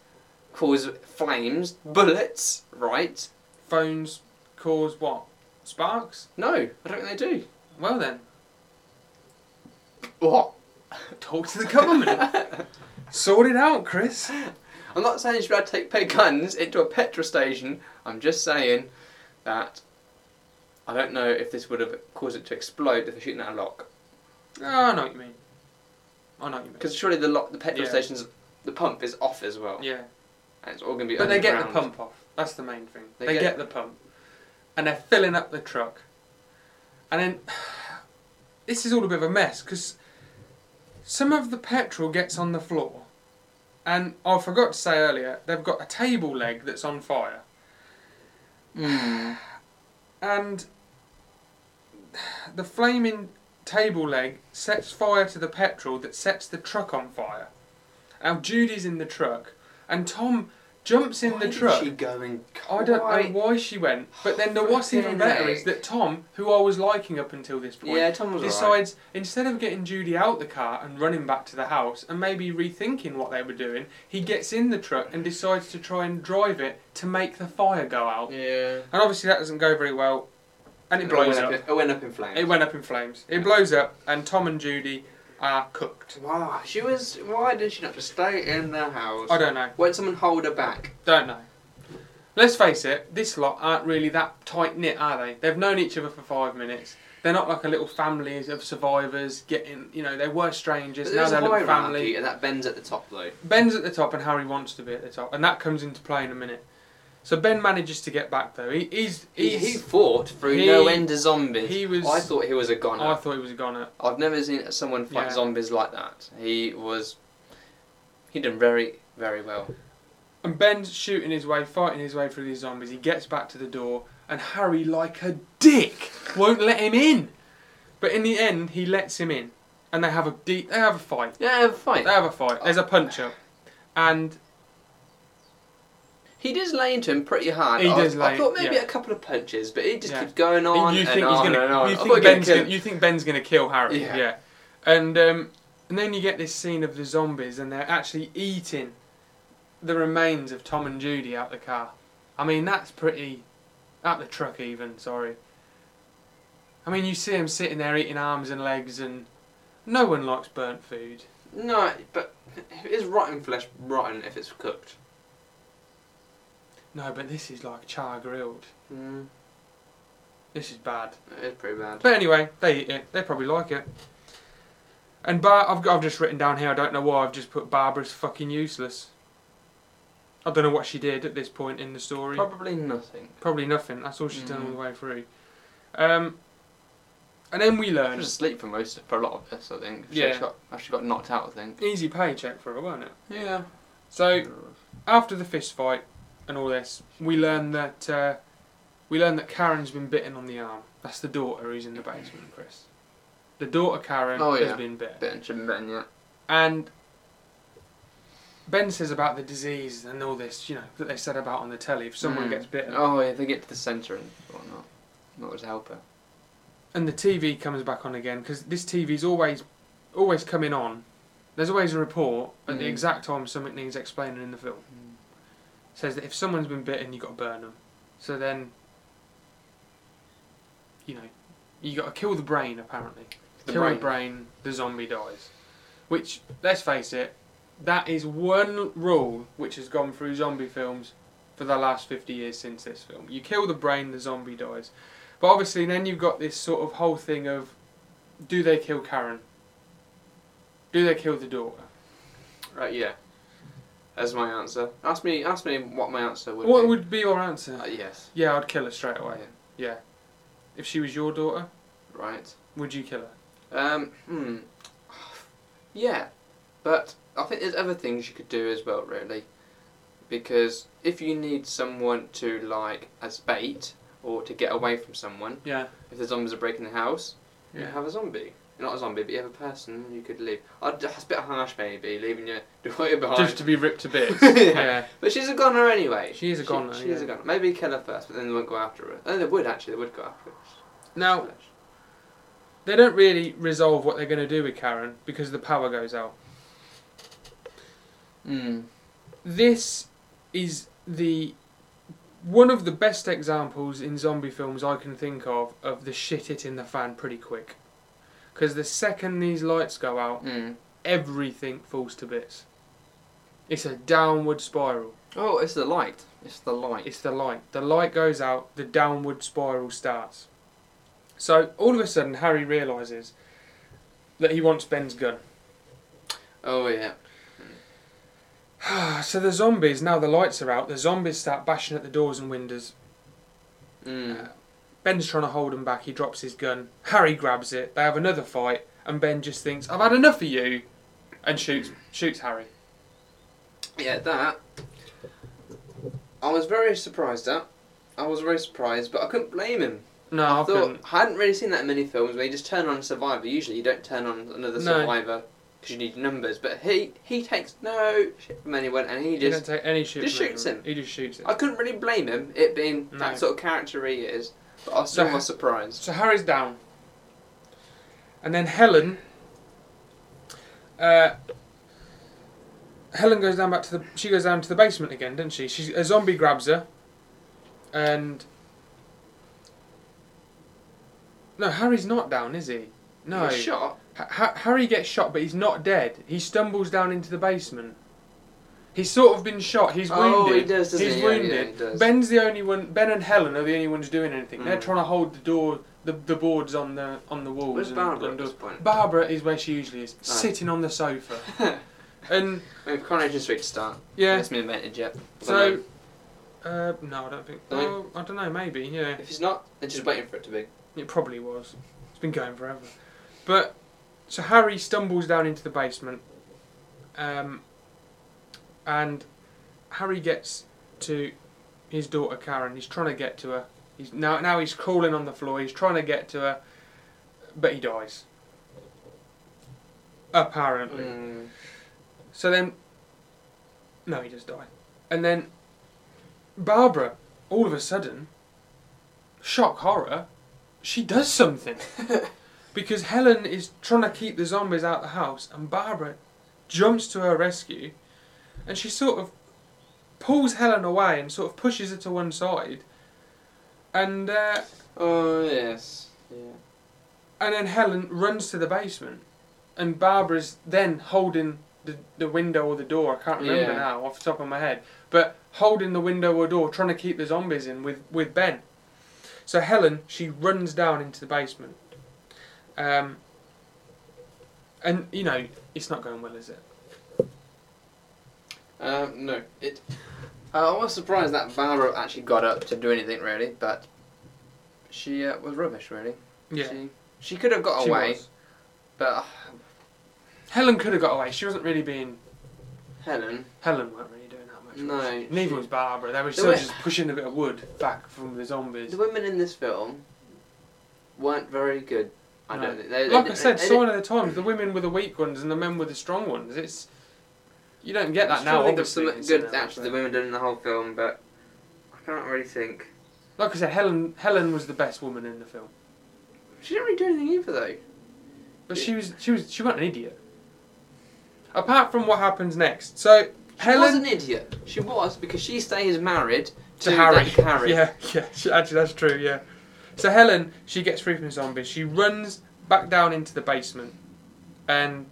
S2: cause flames, bullets, right?
S1: Phones cause what? Sparks?
S2: No, I don't think they do.
S1: Well then,
S2: What?
S1: talk to the government. sort it out, Chris.
S2: I'm not saying you should be able to take pay guns into a petrol station. I'm just saying that I don't know if this would have caused it to explode if they're shooting at a lock.
S1: Oh, I know what you mean. I know what you mean.
S2: Because surely the lock, the petrol
S1: Yeah.
S2: station's, the pump is off as well,
S1: Yeah.
S2: and it's all going to be.
S1: But they get the
S2: underground.
S1: pump off. That's the main thing. They,
S2: They
S1: get,
S2: get-
S1: the pump. And they're filling up the truck. And then this is all a bit of a mess because some of the petrol gets on the floor. And oh, I forgot to say earlier, they've got a table leg that's on fire. And the flaming table leg sets fire to the petrol that sets the truck on fire. Now Judy's in the truck, and Tom jumps in
S2: Why
S1: the
S2: is
S1: truck.
S2: she going?
S1: I don't
S2: quite-
S1: know why she went, but then the what's even
S2: Frickin'
S1: better is
S2: heck.
S1: that Tom, who I was liking up until this point,
S2: Yeah, Tom was alright.
S1: decides instead of getting Judy out the car and running back to the house and maybe rethinking what they were doing, he gets in the truck and decides to try and drive it to make the fire go out.
S2: Yeah.
S1: And obviously that doesn't go very well, and it blows
S2: went
S1: up.
S2: in- It went up in flames.
S1: It went up in flames. It blows up, and Tom and Judy are cooked.
S2: Wow, she was. Why did she not just stay in the house?
S1: I don't know.
S2: Won't someone hold her back?
S1: Don't know. Let's face it, this lot aren't really that tight knit, are they? They've known each other for five minutes. They're not like a little families of survivors getting, you know, they were strangers,
S2: But
S1: now
S2: there's
S1: they're
S2: a
S1: a little
S2: hierarchy,
S1: family.
S2: and that bends at the top though.
S1: Ben's at the top and Harry wants to be at the top, and that comes into play in a minute. So Ben manages to get back though. He, he's,
S2: He,
S1: he's,
S2: he fought through
S1: he-
S2: no end of zombies.
S1: he was-
S2: I thought he was a goner.
S1: I thought he was a goner.
S2: I've never seen someone fight
S1: Yeah.
S2: zombies like that. He was. He done very, very well.
S1: And Ben's shooting his way, fighting his way through these zombies. He gets back to the door, and Harry, like a dick, won't let him in. But in the end, he lets him in, and they have a deep, they have a fight.
S2: Yeah, fight.
S1: They have a fight. There's a punch up, and
S2: He does lay into him pretty hard.
S1: He
S2: I,
S1: does
S2: I
S1: lay-
S2: thought maybe
S1: yeah.
S2: a couple of punches, but he just
S1: Yeah.
S2: keeps going on
S1: you think
S2: and
S1: he's
S2: on
S1: gonna,
S2: and on.
S1: you,
S2: I thought
S1: think
S2: he'd get
S1: Ben's
S2: killed.
S1: gonna, you think Ben's gonna kill Harry?
S2: Yeah.
S1: And um, and then you get this scene of the zombies, and they're actually eating the remains of Tom and Judy out the car. I mean, that's pretty. Out the truck, even. Sorry. I mean, you see them sitting there eating arms and legs, and no one likes burnt food.
S2: No, but is rotten flesh rotten if it's cooked?
S1: No, but this is like char grilled. Hmm.
S2: Mm,
S1: This is bad.
S2: it's pretty bad.
S1: But anyway, they eat it. They probably like it. And Bar, I've, got- I've just written down here. I don't know why I've just put Barbara's fucking useless. I don't know what she did at this point in the story.
S2: Probably nothing.
S1: Probably nothing. That's all she's done all
S2: Mhm.
S1: the way through. Um, and then we
S2: She
S1: learn
S2: was asleep for most of, for a lot of this, I think. She
S1: Yeah.
S2: actually got, actually got knocked out, I think.
S1: easy paycheck for her, wasn't it?
S2: Yeah.
S1: So after the fist fight and all this, we learn that uh, we learn that Karen's been bitten on the arm. That's the daughter who's in the basement, Chris. The daughter Karen
S2: Oh, yeah.
S1: has been bitten.
S2: Bitten, shouldn't bitten yet.
S1: And Ben says about the disease and all this, you know, that they said about on the telly. If someone
S2: Mm.
S1: gets bitten,
S2: Oh, yeah, they get to the centre and whatnot. Not as helper.
S1: and the TV comes back on again because this TV's always, always coming on. There's always a report at the
S2: Mm.
S1: exact time something needs explaining in the film.
S2: Hmm.
S1: Says that if someone's been bitten, you got to burn them. So then, you know, you got to kill the brain apparently.
S2: The
S1: kill
S2: brain.
S1: the brain, the zombie dies. Which, let's face it, that is one rule which has gone through zombie films for the last 50 years since this film. You kill the brain, the zombie dies. But obviously, then you've got this sort of whole thing of do they kill Karen? Do they kill the daughter?
S2: Right, yeah. That's my answer. Ask me ask me what my answer would
S1: what
S2: be.
S1: would be your answer?
S2: Uh, yes.
S1: Yeah, I'd kill her straight away.
S2: Yeah.
S1: Yeah. If she was your daughter,
S2: Right.
S1: would you kill her?
S2: Um, hmm. Yeah, but I think there's other things you could do as well, really. Because if you need someone to, like, as bait or to get away from someone,
S1: Yeah.
S2: if the zombies are breaking the house, you
S1: Yeah.
S2: have a zombie. Not a zombie, but you have a person you could leave. Uh, that's a bit harsh, maybe, leaving your daughter behind.
S1: Just to be ripped to bits.
S2: Yeah.
S1: yeah.
S2: But she's a goner anyway.
S1: She is a goner,
S2: She, is a
S1: yeah.
S2: goner. Maybe kill her first, but then they won't go after her. Oh, they would actually. They would go after her.
S1: Now, they don't really resolve what they're going to do with Karen because the power goes out.
S2: Mm.
S1: This is the one of the best examples in zombie films I can think of of the shit hitting the fan pretty quick. Because the second these lights go out,
S2: Mm.
S1: everything falls to bits. It's a downward spiral.
S2: Oh, it's the light. It's the light.
S1: It's the light. The light goes out, the downward spiral starts. So all of a sudden, Harry realises that he wants Ben's gun.
S2: oh, yeah.
S1: so the zombies, now the lights are out, the zombies start bashing at the doors and windows.
S2: Mm.
S1: Ben's trying to hold him back, he drops his gun. Harry grabs it, they have another fight, and Ben just thinks, I've had enough of you, and shoots shoots Harry.
S2: Yeah, that. I was very surprised at. I was very surprised, but I couldn't blame him.
S1: No, I,
S2: I thought
S1: couldn't.
S2: I hadn't really seen that many films where you just turn on a survivor. Usually, you don't turn on another
S1: No.
S2: survivor because you need numbers. But he he takes no shit from anyone, and he
S1: He don't
S2: just.
S1: take any shit
S2: just
S1: from
S2: shoots
S1: anyone.
S2: him.
S1: He just shoots him.
S2: I couldn't really blame him. It being
S1: No.
S2: that sort of character he is, but I still
S1: So-
S2: was surprised.
S1: So Harry's down. And then Helen. Uh, Helen goes down back to the. She goes down to the basement again, doesn't she? She a zombie grabs her. And. No, Harry's not down, is he? No.
S2: He was shot.
S1: Ha- Ha- Harry gets shot, but he's not dead. He stumbles down into the basement. He's sort of been shot. He's
S2: Oh,
S1: wounded.
S2: he does, doesn't
S1: he's
S2: he? Yeah, yeah,
S1: wounded.
S2: he does.
S1: Ben's the only one. Ben and Helen are the only ones doing anything. They're
S2: Mm.
S1: trying to hold the door, the, the boards on the on the walls.
S2: Where's
S1: and-
S2: Barbara Ah. at
S1: and
S2: this
S1: doors.
S2: point?
S1: Barbara is where she usually is, sitting on the sofa. and
S2: We've Coronation Street to start.
S1: yeah,
S2: It's been invented yet.
S1: so uh, no, I don't think.
S2: No?
S1: Well, I don't know. Maybe yeah.
S2: If it's not, then just waiting for it to be.
S1: It probably was. It's been going forever. But so Harry stumbles down into the basement, um, and Harry gets to his daughter Karen. He's trying to get to her. He's now now he's crawling on the floor. He's trying to get to her, but he dies. Apparently.
S2: Mm.
S1: So then, no, he does die, and then Barbara, all of a sudden, shock horror, she does something. because Helen is trying to keep the zombies out the house, and Barbara jumps to her rescue, and she sort of pulls Helen away and sort of pushes her to one side, and uh,
S2: Oh yes. Yeah.
S1: and then Helen runs to the basement, and Barbara's then holding the, the window or the door. I can't remember
S2: Yeah.
S1: now off the top of my head, but holding the window or door, trying to keep the zombies in with with Ben. So Helen she runs down into the basement, um, and you know it's not going well, is it?
S2: Um, no. It. Uh, I was surprised that Barbara actually got up to do anything really, but she uh, was rubbish really. She, she could have got
S1: She
S2: away,
S1: was.
S2: but uh,
S1: Helen could have got away. She wasn't really being.
S2: Helen.
S1: Helen weren't really doing that much. was
S2: No,
S1: she? Neither
S2: she-
S1: was Barbara. They were
S2: way-
S1: still just pushing a bit of wood back from the zombies.
S2: The women in this film weren't very good. I
S1: No.
S2: don't think. They, they
S1: like I
S2: didn't-
S1: said,
S2: they
S1: Sign of the Times, the women were the weak ones and the men were the strong ones. It's you don't get that
S2: I'm trying
S1: now.
S2: to think of
S1: obviously, in
S2: something good
S1: cinema,
S2: that actually the
S1: but-
S2: women did in the whole film, but I can't really think.
S1: Like I said, Helen Helen was the best woman in the film,
S2: She didn't really do anything either, though.
S1: but she was she was she wasn't an idiot. Apart from what happens next, so
S2: She was
S1: Helen
S2: an idiot. She was because she stays married to,
S1: to Harry,
S2: that Harry.
S1: yeah, yeah, she, actually that's true, yeah. So Helen she gets free from the zombies. She runs back down into the basement, and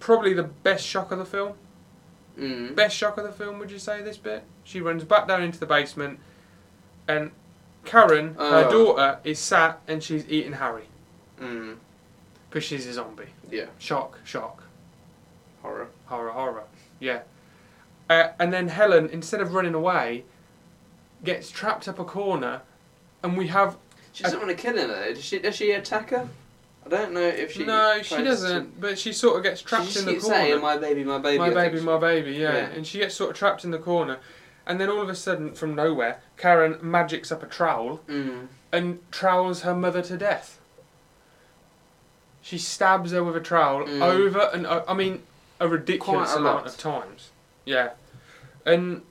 S1: probably the best shock of the film.
S2: Mm.
S1: best shock of the film would you say this bit she runs back down into the basement and karen her
S2: Oh.
S1: daughter is sat and she's eating harry
S2: Mm.
S1: because she's a zombie
S2: Yeah.
S1: shock shock
S2: Horror.
S1: horror horror yeah uh, and then helen instead of running away gets trapped up a corner and we have
S2: She doesn't want to kill him though. Does she? Does she attack her? I don't know if she.
S1: no she
S2: tries to-
S1: doesn't but she sort of gets trapped
S2: she just
S1: in the
S2: keeps
S1: corner
S2: saying, "My baby, my baby,
S1: my
S2: I think
S1: baby,
S2: she-
S1: my baby, yeah.
S2: Yeah.
S1: And she gets sort of trapped in the corner, and then all of a sudden, from nowhere, Karen magics up a trowel
S2: Mm.
S1: and trowels her mother to death. She stabs her with a trowel
S2: Mm.
S1: over and o- I mean, a ridiculous
S2: Quite a
S1: amount
S2: lot.
S1: of times. Yeah, and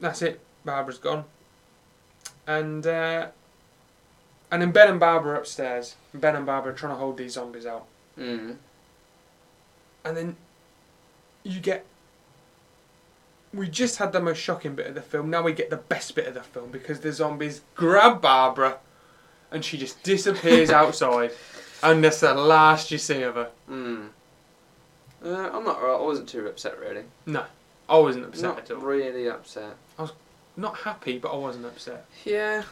S1: that's it. Barbara's gone, and uh, and then Ben and Barbara are upstairs. Ben and Barbara are trying to hold these zombies out
S2: Mm.
S1: and then you get we just had the most shocking bit of the film now we get the best bit of the film because the zombies grab barbara and she just disappears outside and that's the last you see of her
S2: Mm. Uh, I'm not. I wasn't too upset really.
S1: no i wasn't upset
S2: not
S1: at all
S2: really upset.
S1: not happy but i wasn't upset
S2: Yeah.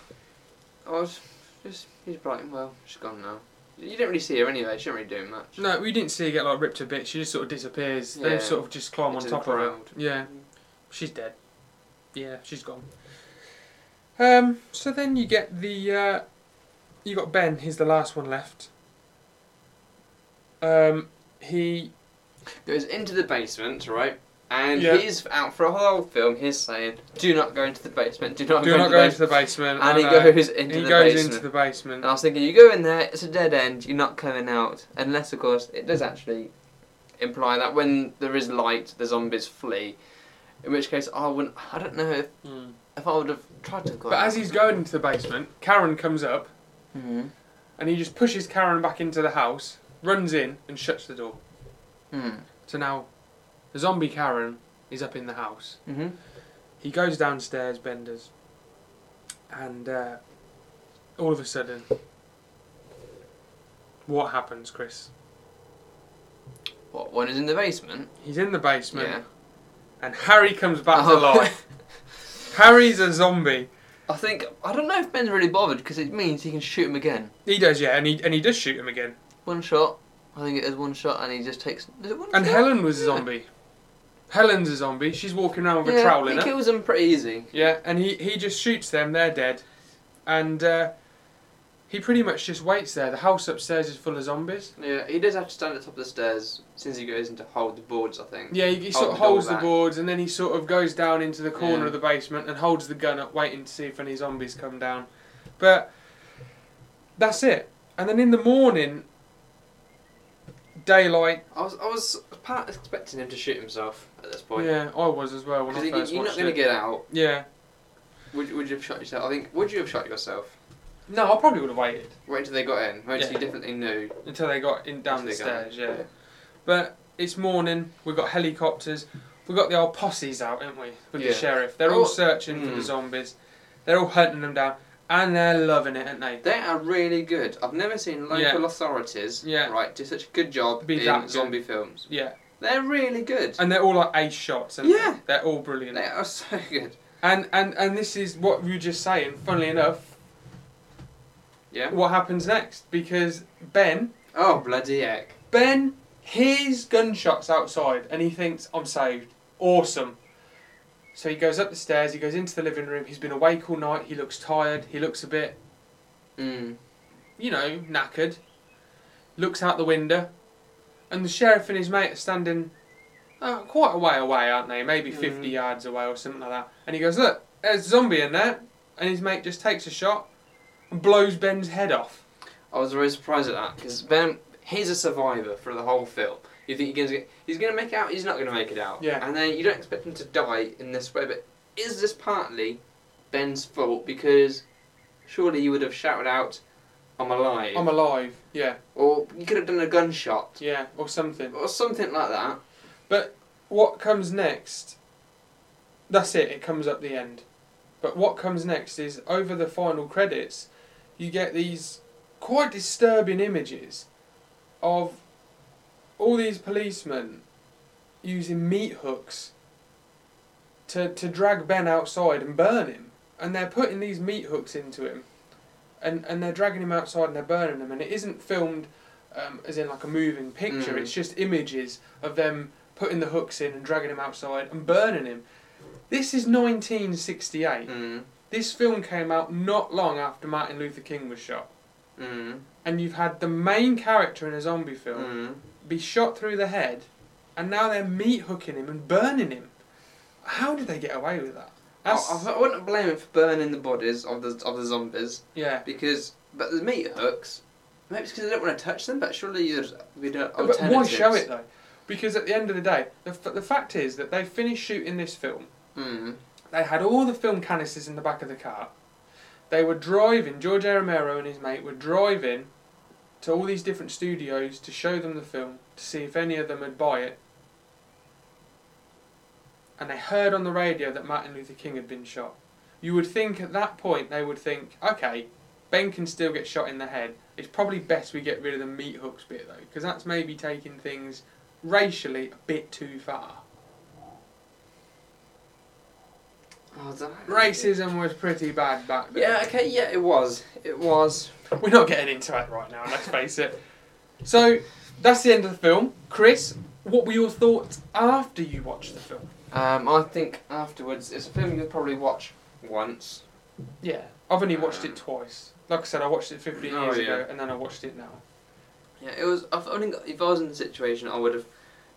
S2: I was just. He's like, well, she's gone now. You didn't really see her anyway. She didn't really do much.
S1: no we didn't see her get like ripped to bits she just sort of disappears they
S2: Yeah.
S1: sort of just climb
S2: Into
S1: on
S2: the
S1: top of her
S2: crowd.
S1: yeah she's dead yeah she's gone um so then you get the uh you got ben he's the last one left um he
S2: goes into the basement, right? And
S1: Yeah.
S2: he's out for a whole film. He's saying, "Do not go into the basement. Do not
S1: do
S2: go
S1: not
S2: into
S1: go
S2: the
S1: into
S2: basement."
S1: the basement
S2: and he
S1: I know.
S2: goes into
S1: Oh, he
S2: the
S1: goes
S2: basement. Oh.
S1: into the basement
S2: And I was thinking, you go in there, it's a dead end. You're not coming out, unless of course it does actually imply that when there is light, the zombies flee. In which case, I wouldn't. I don't know if,
S1: Mm.
S2: if I would have tried to go.
S1: but as he's going into the basement karen comes up
S2: hmm
S1: and he just pushes karen back into the house runs in and shuts the door
S2: Mm-hmm.
S1: so now the zombie karen is up in the house
S2: Mm-hmm.
S1: He goes downstairs, Benders, and uh, all of a sudden, what happens, Chris?
S2: What one is in the basement?
S1: He's in the basement,
S2: Yeah.
S1: and Harry comes back
S2: Oh.
S1: to life. Harry's a zombie.
S2: I think I don't know if Ben's really bothered because it means he can shoot him again.
S1: He does, yeah, and he and he does shoot him again.
S2: One shot. I think it is one shot, and he just takes. Is it one
S1: And
S2: shot?
S1: Helen was a
S2: Yeah.
S1: zombie. Helen's a zombie. She's walking around with a trowel in
S2: he
S1: her.
S2: kills them um, pretty easy.
S1: Yeah, and he, he just shoots them, they're dead. And uh, he pretty much just waits there. The house upstairs is full of zombies.
S2: Yeah, he does have to stand at the top of the stairs since he goes in to hold the boards, I think.
S1: Yeah, he, he
S2: Hold
S1: sort of
S2: the door
S1: holds the
S2: back.
S1: boards and then he sort of goes down into the corner
S2: Yeah.
S1: of the basement and holds the gun up, waiting to see if any zombies come down. But that's it. And then in the morning, Daylight.
S2: I was I was part expecting him to shoot himself at this point.
S1: Yeah, I was as well when
S2: Because
S1: I first
S2: you're not
S1: watched
S2: going
S1: it.
S2: to get out.
S1: yeah.
S2: Would, you- would you have shot yourself? I think. Would you have shot yourself?
S1: No, I probably would have waited
S2: Wait until they got in. Wait
S1: Yeah.
S2: until you definitely knew.
S1: until they got in down
S2: until
S1: the
S2: they got in.
S1: stairs. Yeah. But it's morning. We've got helicopters. We've got the old posses out, haven't we? With
S2: Yeah.
S1: the sheriff. They're
S2: Oh,
S1: all searching for
S2: hmm.
S1: the zombies. They're all hunting them down, and they're loving it, aren't they?
S2: They are really good. I've never seen local
S1: Yeah.
S2: authorities
S1: Yeah.
S2: right do such a good job
S1: Be that
S2: in
S1: good.
S2: zombie films.
S1: Yeah.
S2: They're really good.
S1: And they're all like ace shots. aren't
S2: Yeah.
S1: They? are all brilliant.
S2: They are so good.
S1: And and and this is what you were just saying. Funnily enough,
S2: Yeah.
S1: what happens next? Because Ben
S2: Oh bloody heck!
S1: Ben hears gunshots outside and he thinks, I'm saved. Awesome. So he goes up the stairs, he goes into the living room, he's been awake all night, he looks tired, he looks a bit,
S2: Mm.
S1: you know, knackered. Looks out the window, and the sheriff and his mate are standing uh, quite a way away, aren't they? Maybe 50
S2: Mhm.
S1: yards away or something like that. And he goes, Look, there's a zombie in there. And his mate just takes a shot and blows Ben's head off.
S2: I was very surprised at that because Ben, he's a survivor for the whole film. You think he's gonna get, he's gonna make it out? He's not gonna make it out.
S1: Yeah.
S2: And then you don't expect him to die in this way, but is this partly Ben's fault? Because surely you would have shouted out, "I'm alive,"
S1: I'm alive. Yeah,
S2: or you could have done a gunshot
S1: yeah, or something.
S2: or something like that.
S1: what comes next that's it it comes up the end but what comes next is over the final credits you get these quite disturbing images of all these policemen using meat hooks to, to drag ben outside and burn him and they're putting these meat hooks into him and, and they're dragging him outside and they're burning him and it isn't filmed um, as in like a moving picture
S2: Mm.
S1: it's just images of them putting the hooks in and dragging him outside and burning him. This is 1968.
S2: Mm.
S1: This film came out not long after Martin Luther King was shot.
S2: Mm.
S1: And you've had the main character in a zombie film
S2: Mm.
S1: be shot through the head, and now they're meat hooking him and burning him. How did they get away with that?
S2: I,
S1: That's,
S2: I, I wouldn't blame him for burning the bodies of the of the zombies
S1: yeah.
S2: because, but the meat hooks. Maybe it's because they don't want to touch them, but surely you'd we don't.
S1: But why show it though? Because at the end of the day, the, f- the fact is that they finished shooting this film
S2: Mm.
S1: They had all the film canisters in the back of the car. They were driving, George A. Romero and his mate were driving to all these different studios to show them the film, to see if any of them would buy it. And they heard on the radio that Martin Luther King had been shot. You would think at that point they would think, okay, Ben can still get shot in the head. It's probably best we get rid of the meat hooks bit though, because that's maybe taking things racially a bit too far.
S2: Oh, that-
S1: Racism was pretty bad back then.
S2: Yeah. Okay. Yeah, it was. It was.
S1: We're not getting into it right now, let's face it. So, that's the end of the film. Chris, what were your thoughts after you watched the film?
S2: Um, I think afterwards it's a film you'll probably watch once.
S1: Yeah. I've only watched
S2: Um,
S1: it twice. Like I said, I watched it 15
S2: Oh,
S1: years
S2: yeah.
S1: ago and then I watched it now.
S2: Yeah. It was. I've only got, if I was in the situation, I would have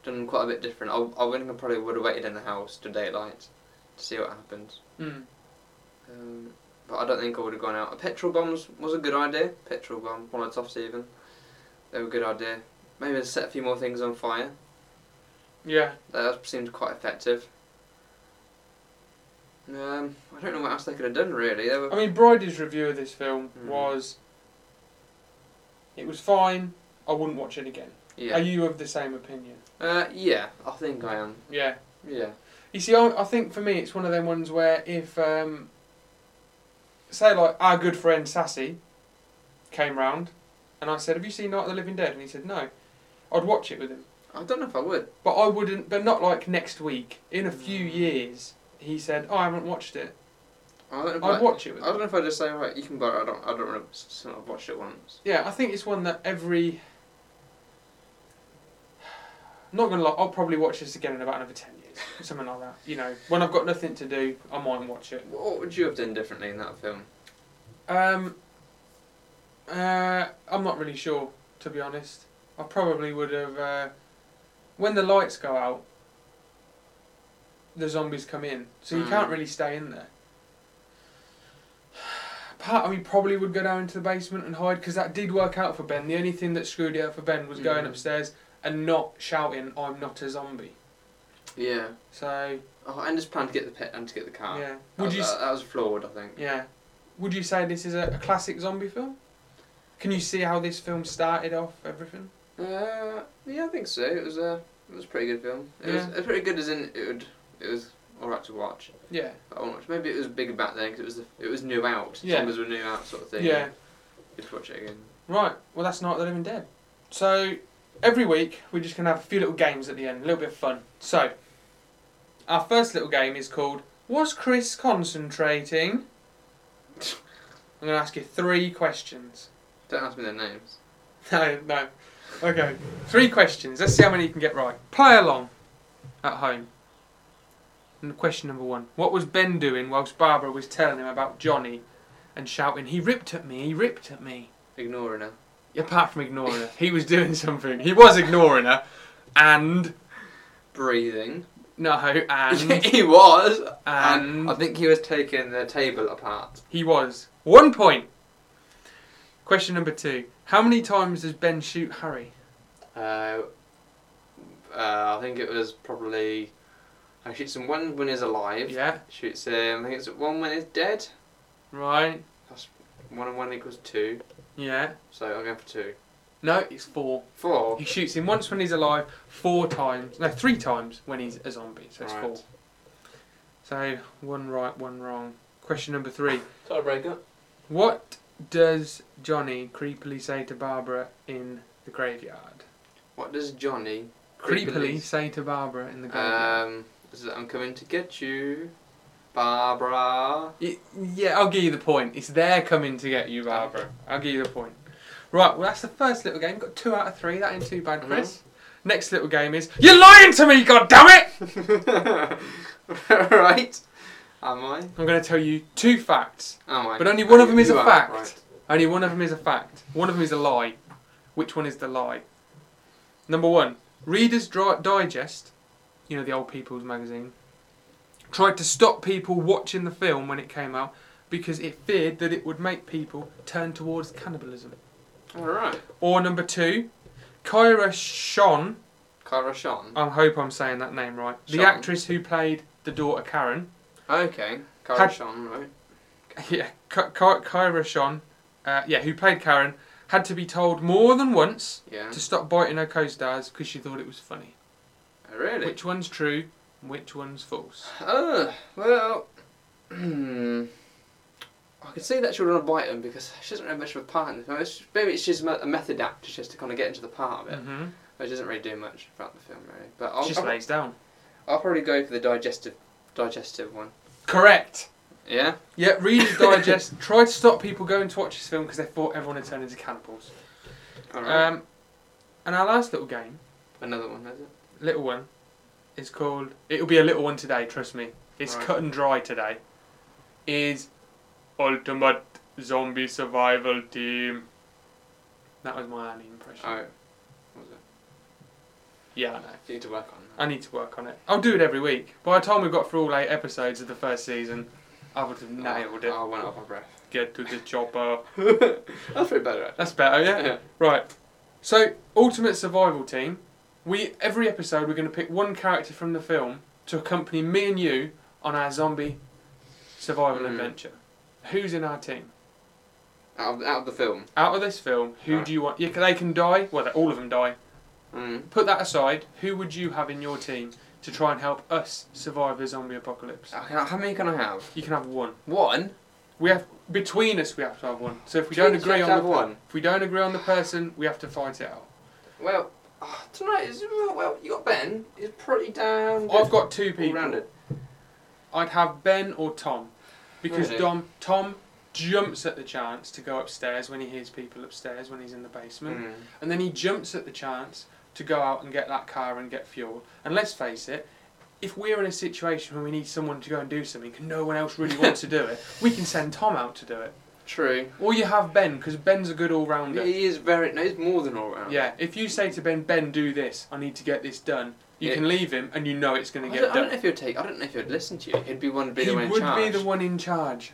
S2: done quite a bit different. I, I wouldn't have probably would have waited in the house to daylight to see what happened.
S1: Mm.
S2: Um, but I don't think I would have gone out. Petrol bombs was a good idea. Petrol bomb, Molotovs even. They were a good idea. Maybe set a few more things on fire.
S1: Yeah.
S2: That seemed quite effective. Um, I don't know what else they could have done really. They were.
S1: I mean, Bridie's review of this film
S2: Mm.
S1: was it was fine, I wouldn't watch it again. Are
S2: yeah.
S1: you of the same opinion?
S2: Uh, yeah. I think I am.
S1: Yeah.
S2: Yeah.
S1: You see, I, I think for me, it's one of them ones where if, um, say, like our good friend Sassy came round, and I said, "Have you seen Night of the Living Dead?" and he said, "No," I'd watch it with him,
S2: I don't know if I would.
S1: but I wouldn't. But not like next week. In a few
S2: Mm. years,
S1: years, he said, "Oh, "I haven't watched it.
S2: I don't know if
S1: I'd watch it
S2: I
S1: with
S2: don't
S1: him."
S2: know if I just say right. You can buy. It. I don't. I don't. Really, since I've watched it once.
S1: Yeah, I think it's one that every. Not gonna lie, I'll probably watch this again in about another ten years, something like that. You know, when I've got nothing to do, I might watch it.
S2: What what would you have done differently in that film?
S1: Um, uh, I'm not really sure, to be honest. I probably would have. Uh, when the lights go out, the zombies come in, so you
S2: Mm.
S1: can't really stay in there. Part of me probably would go down into the basement and hide because that did work out for Ben. The only thing that screwed it up for Ben was going
S2: Mm.
S1: upstairs and not shouting, "I'm not a zombie."
S2: Yeah.
S1: So
S2: Oh, and just plan to get the pet and to get the car.
S1: yeah,
S2: Ah, That
S1: would
S2: was- uh,
S1: you? s
S2: That, that was flawed, I think.
S1: Yeah, would you say this is a, a classic zombie film? Can you see how this film started off? Everything.
S2: Uh, yeah, I think so. It was a it was a pretty good film. It was
S1: Yeah.
S2: it was pretty good as in it would it was all right to watch.
S1: Yeah.
S2: I won't watch. Maybe it was big back then because it was the, it was new out.
S1: Yeah.
S2: Zombies were new out sort of thing.
S1: Yeah.
S2: Just watch it again.
S1: Right, well, that's Night of the Living Dead. So, every week we're just going to have a few little games at the end, a little bit of fun. So, our first little game is called Was Chris Concentrating? I'm going to ask you three questions.
S2: Don't ask me their names.
S1: No, no. Okay, three questions. Let's see how many you can get right. Play along at home. And question number one What was Ben doing whilst Barbara was telling him about Johnny and shouting, He ripped at me, he ripped at me?
S2: Ignoring her.
S1: apart from ignoring her, he was doing something. He was ignoring her, and
S2: Breathing.
S1: no, and
S2: he was.
S1: And-
S2: I think he was taking the table apart.
S1: he was one point. Question number two: How many times does Ben shoot Harry?
S2: Uh, uh, I think it was probably. I shoots him one when he's alive.
S1: Yeah,
S2: Shoots him. I think it's one when he's dead.
S1: right.
S2: That's one and one equals two.
S1: Yeah,
S2: So I'm going for two.
S1: no, it's four.
S2: Four.
S1: He shoots him once when he's alive, four times, no, three times when he's a zombie. So it's
S2: Right.
S1: four. So one right, one wrong. Question number three:
S2: Tiebreaker.
S1: What does Johnny creepily say to Barbara in the graveyard?
S2: What does Johnny
S1: creepily Uh, say to Barbara in the garden.
S2: Um, is that I'm coming to get you, Barbara.
S1: Y- yeah, I'll give you the point. It's there coming to get you, Barbara. I'll give you the point. Right, well, that's the first little game. Got two out of three. That ain't too bad, Chris. Next little game is You're lying to me, God damn it!
S2: right. Am I?
S1: I'm going to tell you two facts.
S2: Am I?
S1: But only one of
S2: Oh,
S1: them is
S2: you
S1: a
S2: are,
S1: fact.
S2: right.
S1: Only one of them is a fact. One of them is a lie. Which one is the lie? Number one Reader's Dri- Digest, you know, the old people's magazine, tried to stop people watching the film when it came out because it feared that it would make people turn towards cannibalism.
S2: All right.
S1: Or number two, Kyra Shon,
S2: Cara Sean.
S1: I hope I'm saying that name right, the
S2: Shon.
S1: actress who played the daughter Karen,
S2: Okay. Cara
S1: Had-
S2: Sean, right?
S1: yeah, Ky- Ky- Kyra Shon, uh, yeah, who played Karen, had to be told more than once
S2: Yeah.
S1: to stop biting her co-stars because she thought it was funny.
S2: Oh, really?
S1: Which one's true? and Which one's false?
S2: Oh, well. Hmm. I could see that she would want to bite him because she doesn't really have much of a part in the film. It's- Maybe it's just a method actor just to kind of get into the part of it.
S1: hmm
S2: But she doesn't really do much throughout the film, really. But I'll,
S1: Just
S2: I'll,
S1: lays down.
S2: I'll probably go for the digestive digestive one.
S1: Correct.
S2: Yeah?
S1: Yeah, Reader's Digest tried to stop people going to watch this film because they thought everyone had turned into cannibals.
S2: Alright.
S1: Um, and our last little game,
S2: Another one, is it?
S1: little one, is called. It'll be a little one today. Trust me, it's
S2: Right.
S1: cut and dry today. Is Ultimate Zombie Survival Team. That was my Annie impression.
S2: Oh. What was it?
S1: Yeah, I know.
S2: You need to work on that.
S1: I need to work on it. I'll do it every week. By the time we've got through all eight episodes of the first season, I would have nailed it.
S2: I went off my breath.
S1: Get to the chopper.
S2: That's pretty better,
S1: That's better, yeah?
S2: actually. Oh, Yeah.
S1: Right. So, Ultimate Survival Team. We every episode we're going to pick one character from the film to accompany me and you on our zombie survival
S2: Mm.
S1: adventure. Who's in our team?
S2: Out of, out of the film.
S1: Out of this film, who
S2: Right.
S1: do you want? Yeah, they can die. Well, they- all of them die.
S2: Mm.
S1: Put that aside. Who would you have in your team to try and help us survive the zombie apocalypse?
S2: Okay, how many can I have?
S1: You can have one.
S2: One.
S1: We have between us. We have to have one. So if we don't agree on
S2: have
S1: the
S2: one.
S1: if we don't agree on the person, we have to fight it out.
S2: Well, ah, tonight is well. You got Ben. He's pretty down.
S1: I've got two
S2: all
S1: people.
S2: rounded.
S1: I'd have Ben or Tom, because
S2: Really?
S1: Dom, Tom jumps at the chance to go upstairs when he hears people upstairs when he's in the basement,
S2: Mm.
S1: and then he jumps at the chance to go out and get that car and get fuel. And let's face it. If we're in a situation where we need someone to go and do something and no one else really wants to do it, we can send Tom out to do it.
S2: True.
S1: Or you have Ben, because Ben's a good all rounder.
S2: He is very. No, he's more than all round.
S1: Yeah, if you say to Ben, Ben, do this, I need to get this done, you
S2: Yeah.
S1: can leave him and you know it's
S2: I
S1: going
S2: don't,
S1: to get
S2: I don't know
S1: done.
S2: if he'd take. I don't know if he'd listen to you. He'd be one to be
S1: he
S2: the one in
S1: would
S2: charge.
S1: be the one in charge.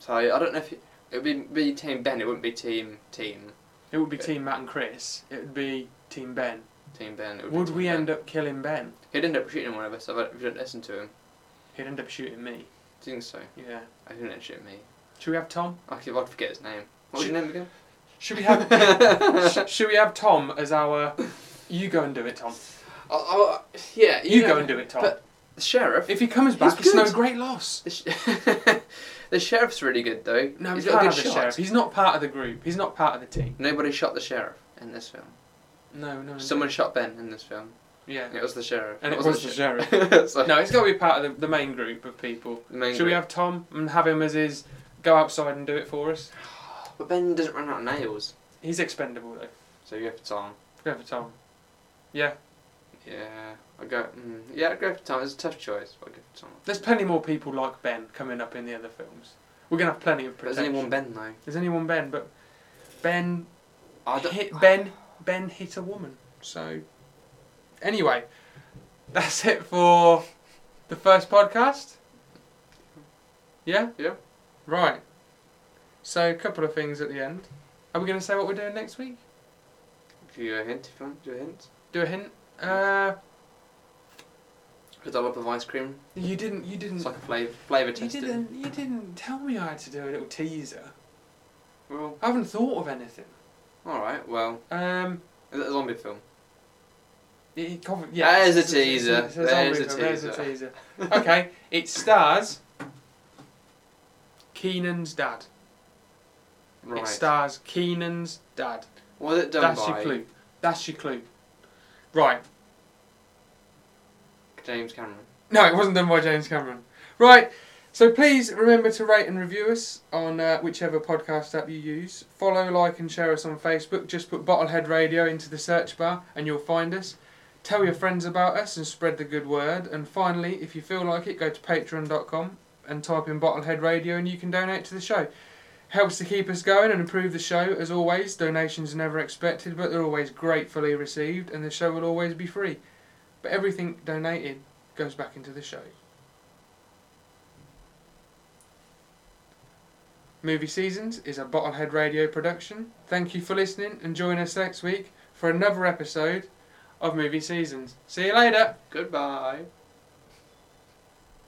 S2: So I don't know if he, it'd be, be team Ben. It wouldn't be team team.
S1: It would be
S2: Yeah.
S1: Team Matt and Chris. It would be Team Ben.
S2: Team Ben. it would've
S1: Would
S2: been
S1: we
S2: Team
S1: end
S2: Ben.
S1: up killing Ben?
S2: He'd end up shooting one of us if I if I didn't listen to him.
S1: He'd end up shooting me.
S2: Do you think so?
S1: Yeah.
S2: I didn't let shoot me.
S1: Should we have Tom?
S2: I could- I'd forget his name. What was
S1: Shoot-
S2: your name again?
S1: Should we have? sh- should we have Tom as our? You go and do it, Tom.
S2: Oh, oh, yeah,
S1: You
S2: know,
S1: go and do it, Tom.
S2: But the sheriff.
S1: if he comes
S2: He's
S1: back, it's no
S2: good.
S1: great loss.
S2: The, sh- the sheriff's really good though.
S1: No,
S2: he's
S1: he's
S2: got a
S1: part
S2: good
S1: of the
S2: shot.
S1: sheriff. He's not part of the group. He's not part of the team.
S2: Nobody shot the sheriff in this film.
S1: No, no.
S2: Someone shot Ben in this film.
S1: no. Yeah.
S2: It was the sheriff.
S1: And it
S2: wasn't
S1: was the
S2: sheriff. so,
S1: No, it's got to be part of the, the main group of people.
S2: the main
S1: Should we
S2: group.
S1: have Tom and have him as his? Go outside and do it for us.
S2: But Ben doesn't run out of nails,
S1: He's expendable though.
S2: so you go for Tom.
S1: Go for Tom. Yeah.
S2: Yeah, I go. Mm, yeah, I go for Tom. It's a tough choice. But I go for Tom.
S1: There's plenty more people like Ben coming up in the other films. We're gonna have plenty of
S2: But there's
S1: protection.
S2: only one Ben though.
S1: There's only one Ben, but Ben
S2: I don't-
S1: hit Ben Ben hit a woman. So anyway, that's it for the first podcast. Yeah?
S2: Yeah.
S1: Right. So a couple of things at the end. Are we gonna say what we're doing next week?
S2: If you a hint, if you want, do a hint.
S1: Do a hint? Uh
S2: A dollop of ice cream.
S1: you didn't you didn't
S2: It's like a flavour flavour
S1: you
S2: testing.
S1: didn't you didn't tell me I had to do a little teaser.
S2: Well,
S1: I haven't thought of anything.
S2: all right. Well,
S1: Um
S2: is it a zombie film?
S1: it, it- yeah,
S2: There's a
S1: it's- it's-
S2: teaser.
S1: it's a zombie
S2: There's a
S1: film. There's
S2: teaser.
S1: teaser. okay, it stars Keenan's dad.
S2: Right.
S1: It stars Keenan's dad.
S2: Was it done
S1: That's
S2: by
S1: your clue. That's your clue. Right.
S2: James Cameron?
S1: No, it wasn't done by James Cameron. Right. So please remember to rate and review us on uh, whichever podcast app you use. Follow, like, and share us on Facebook. Just put Bottlehead Radio into the search bar and you'll find us. Tell your friends about us and spread the good word. And finally, if you feel like it, go to patreon.com and type in Bottlehead Radio and you can donate to the show. Helps to keep us going and improve the show. As always, donations are never expected, but they're always gratefully received and the show will always be free. But everything donated goes back into the show. Movie Seasons is a Bottlehead Radio production. Thank you for listening and join us next week for another episode of Movie Seasons. See you later!
S2: Goodbye.